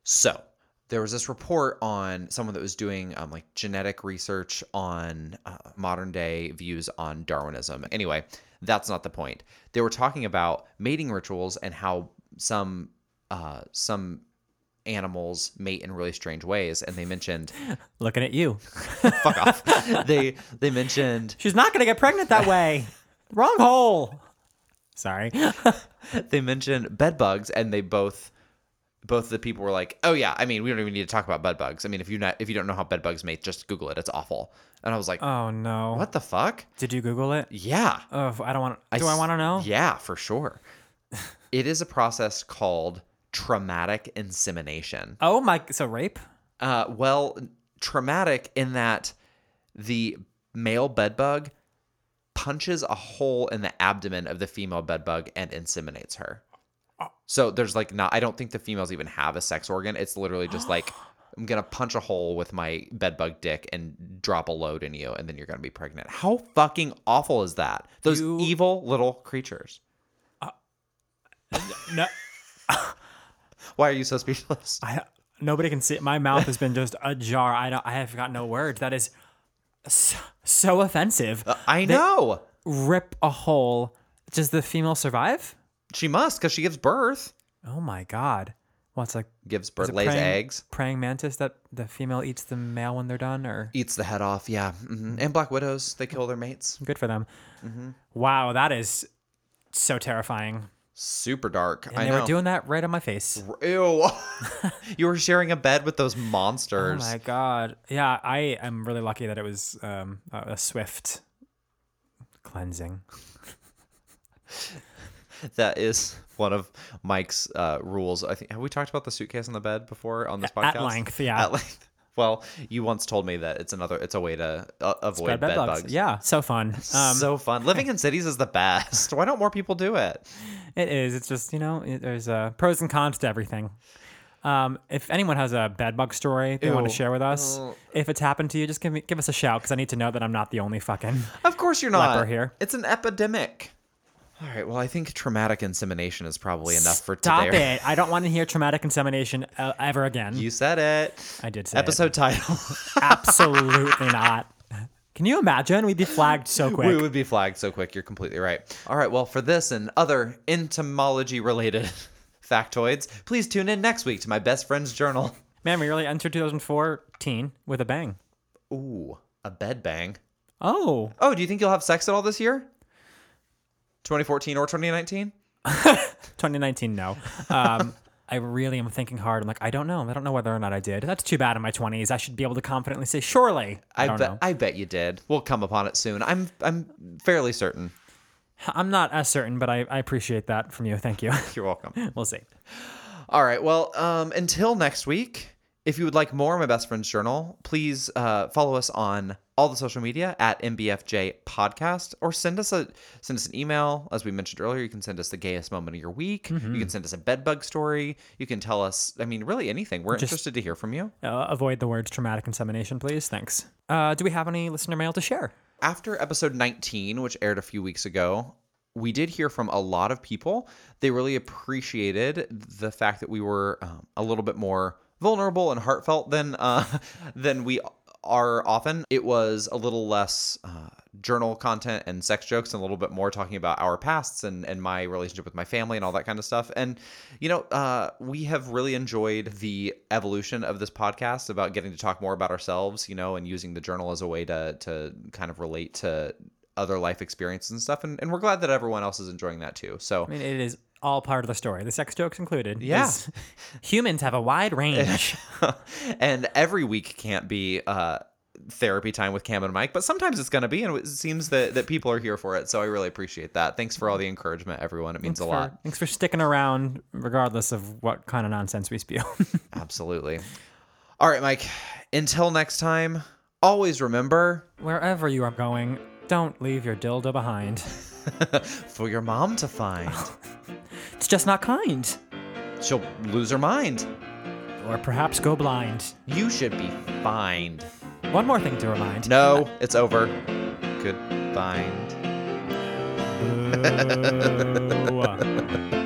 [SPEAKER 2] So there was this report on someone that was doing um, like genetic research on uh, modern day views on Darwinism. Anyway, that's not the point. They were talking about mating rituals and how some uh, some animals mate in really strange ways, and they mentioned
[SPEAKER 1] Looking at you.
[SPEAKER 2] fuck off. They they mentioned
[SPEAKER 1] She's not going to get pregnant that way. Wrong hole. Sorry.
[SPEAKER 2] they mentioned bed bugs and they both both the people were like oh yeah i mean we don't even need to talk about bed bugs i mean if you not if you don't know how bed bugs mate just google it it's awful and i was like
[SPEAKER 1] Oh no.
[SPEAKER 2] what the fuck
[SPEAKER 1] Did you Google it?
[SPEAKER 2] yeah
[SPEAKER 1] Oh, I don't want. Do I,
[SPEAKER 2] s-
[SPEAKER 1] want to know?
[SPEAKER 2] yeah for sure it is a process called traumatic insemination
[SPEAKER 1] Oh my. So rape.
[SPEAKER 2] uh, well traumatic in that the male bed bug punches a hole in the abdomen of the female bed bug and inseminates her so there's like not i don't think the females even have a sex organ it's literally just like i'm gonna punch a hole with my bed bug dick and drop a load in you and then you're gonna be pregnant how fucking awful is that those
[SPEAKER 1] You-
[SPEAKER 2] evil little creatures
[SPEAKER 1] No.
[SPEAKER 2] why are you so speechless
[SPEAKER 1] I, nobody can see. It. My mouth has been just ajar. I don't. I have got no words. That is so, so offensive.
[SPEAKER 2] i know
[SPEAKER 1] Rip a hole. Does the female survive?
[SPEAKER 2] she must because she gives birth
[SPEAKER 1] Oh my god. What's like
[SPEAKER 2] gives birth
[SPEAKER 1] is it
[SPEAKER 2] lays
[SPEAKER 1] praying-
[SPEAKER 2] eggs
[SPEAKER 1] Praying mantis that the female eats the male when they're done, or
[SPEAKER 2] eats the head off. Yeah, hmm and black widows they kill their mates.
[SPEAKER 1] good for them. Wow, that is so terrifying.
[SPEAKER 2] Super dark.
[SPEAKER 1] And
[SPEAKER 2] I
[SPEAKER 1] they
[SPEAKER 2] know.
[SPEAKER 1] were doing that right on my face.
[SPEAKER 2] Ew. you were sharing a bed with those monsters.
[SPEAKER 1] Oh my god! Yeah, I am really lucky that it was um, a a swift cleansing.
[SPEAKER 2] that is one of Mike's uh, rules. I think have we talked about the suitcase on the bed before on this
[SPEAKER 1] At- at
[SPEAKER 2] podcast?
[SPEAKER 1] length, yeah.
[SPEAKER 2] At length. Well, you once told me that it's another. It's a way to uh, avoid
[SPEAKER 1] Bed,
[SPEAKER 2] bed,
[SPEAKER 1] bugs.
[SPEAKER 2] bugs.
[SPEAKER 1] Yeah, so fun. Um,
[SPEAKER 2] so fun. Living in cities is the best. Why don't more people do it?
[SPEAKER 1] It is. It's just you know, it, there's uh, pros and cons to everything. Um, if anyone has a bed bug story they want
[SPEAKER 2] Ew. Oh.
[SPEAKER 1] to share with us,
[SPEAKER 2] Ew.
[SPEAKER 1] if it's happened to you, just give me give us a shout because I need to know that I'm not the only fucking.
[SPEAKER 2] Of course you're not.
[SPEAKER 1] Leper here.
[SPEAKER 2] It's an epidemic. All right. Well, I think traumatic insemination is probably enough for
[SPEAKER 1] Stop
[SPEAKER 2] today.
[SPEAKER 1] it! I don't want to hear traumatic insemination uh, ever again.
[SPEAKER 2] You said it.
[SPEAKER 1] I did say it.
[SPEAKER 2] episode title.
[SPEAKER 1] Absolutely not. Can you imagine? We'd be flagged so quick.
[SPEAKER 2] we would be flagged so quick. You're completely right. All right. Well, for this and other entomology related factoids, please tune in next week to my best friend's journal.
[SPEAKER 1] Man, we really entered 2014 with a bang.
[SPEAKER 2] Ooh, a bed bang.
[SPEAKER 1] Oh,
[SPEAKER 2] Oh, do you think you'll have sex at all this year? 2014 or 2019?
[SPEAKER 1] 2019, no. Um, I really am thinking hard. I'm like, I don't know. I don't know whether or not I did. That's too bad in my 20s. I should be able to confidently say, surely. I,
[SPEAKER 2] I
[SPEAKER 1] don't
[SPEAKER 2] bet
[SPEAKER 1] know.
[SPEAKER 2] I bet you did. We'll come upon it soon. I'm I'm fairly certain.
[SPEAKER 1] I'm not as certain, but I, I appreciate that from you. Thank you.
[SPEAKER 2] You're welcome.
[SPEAKER 1] we'll see.
[SPEAKER 2] All right. Well, um, until next week, If you would like more of my best friend's journal, please uh, follow us on all the social media at MBFJ Podcast, or send us a send us an email. As we mentioned earlier, you can send us the gayest moment of your week. You can send us a bedbug story. You can tell us, I mean, really anything. We're interested to hear from you.
[SPEAKER 1] Uh, avoid the words traumatic insemination, please. Thanks. Uh, do we have any listener mail to share?
[SPEAKER 2] after episode 19, which aired a few weeks ago, we did hear from a lot of people. They really appreciated the fact that we were um, a little bit more vulnerable and heartfelt than uh, than we are often. It was a little less uh, journal content and sex jokes, and a little bit more talking about our pasts and and my relationship with my family and all that kind of stuff. And you know, uh, we have really enjoyed the evolution of this podcast about getting to talk more about ourselves, you know, and using the journal as a way to to kind of relate to other life experiences and stuff. And, and we're glad that everyone else is enjoying that too. So
[SPEAKER 1] I mean, it is all part of the story, the sex jokes included.
[SPEAKER 2] Yeah.
[SPEAKER 1] It's- Humans have a wide range.
[SPEAKER 2] and every week can't be uh, therapy time with Cam and Mike, but sometimes it's going to be, and it seems that, that people are here for it. So I really appreciate that. Thanks for all the encouragement, everyone. It means a lot.
[SPEAKER 1] For- thanks for sticking around, regardless of what kind of nonsense we spew.
[SPEAKER 2] Absolutely. All right, Mike. Until next time, always remember
[SPEAKER 1] Wherever you are going, don't leave your dildo behind.
[SPEAKER 2] for your mom to find.
[SPEAKER 1] It's just not kind.
[SPEAKER 2] She'll lose her mind.
[SPEAKER 1] Or perhaps go blind.
[SPEAKER 2] You should be fined.
[SPEAKER 1] One more thing to remind.
[SPEAKER 2] No, it's over. Good find.
[SPEAKER 1] Boo.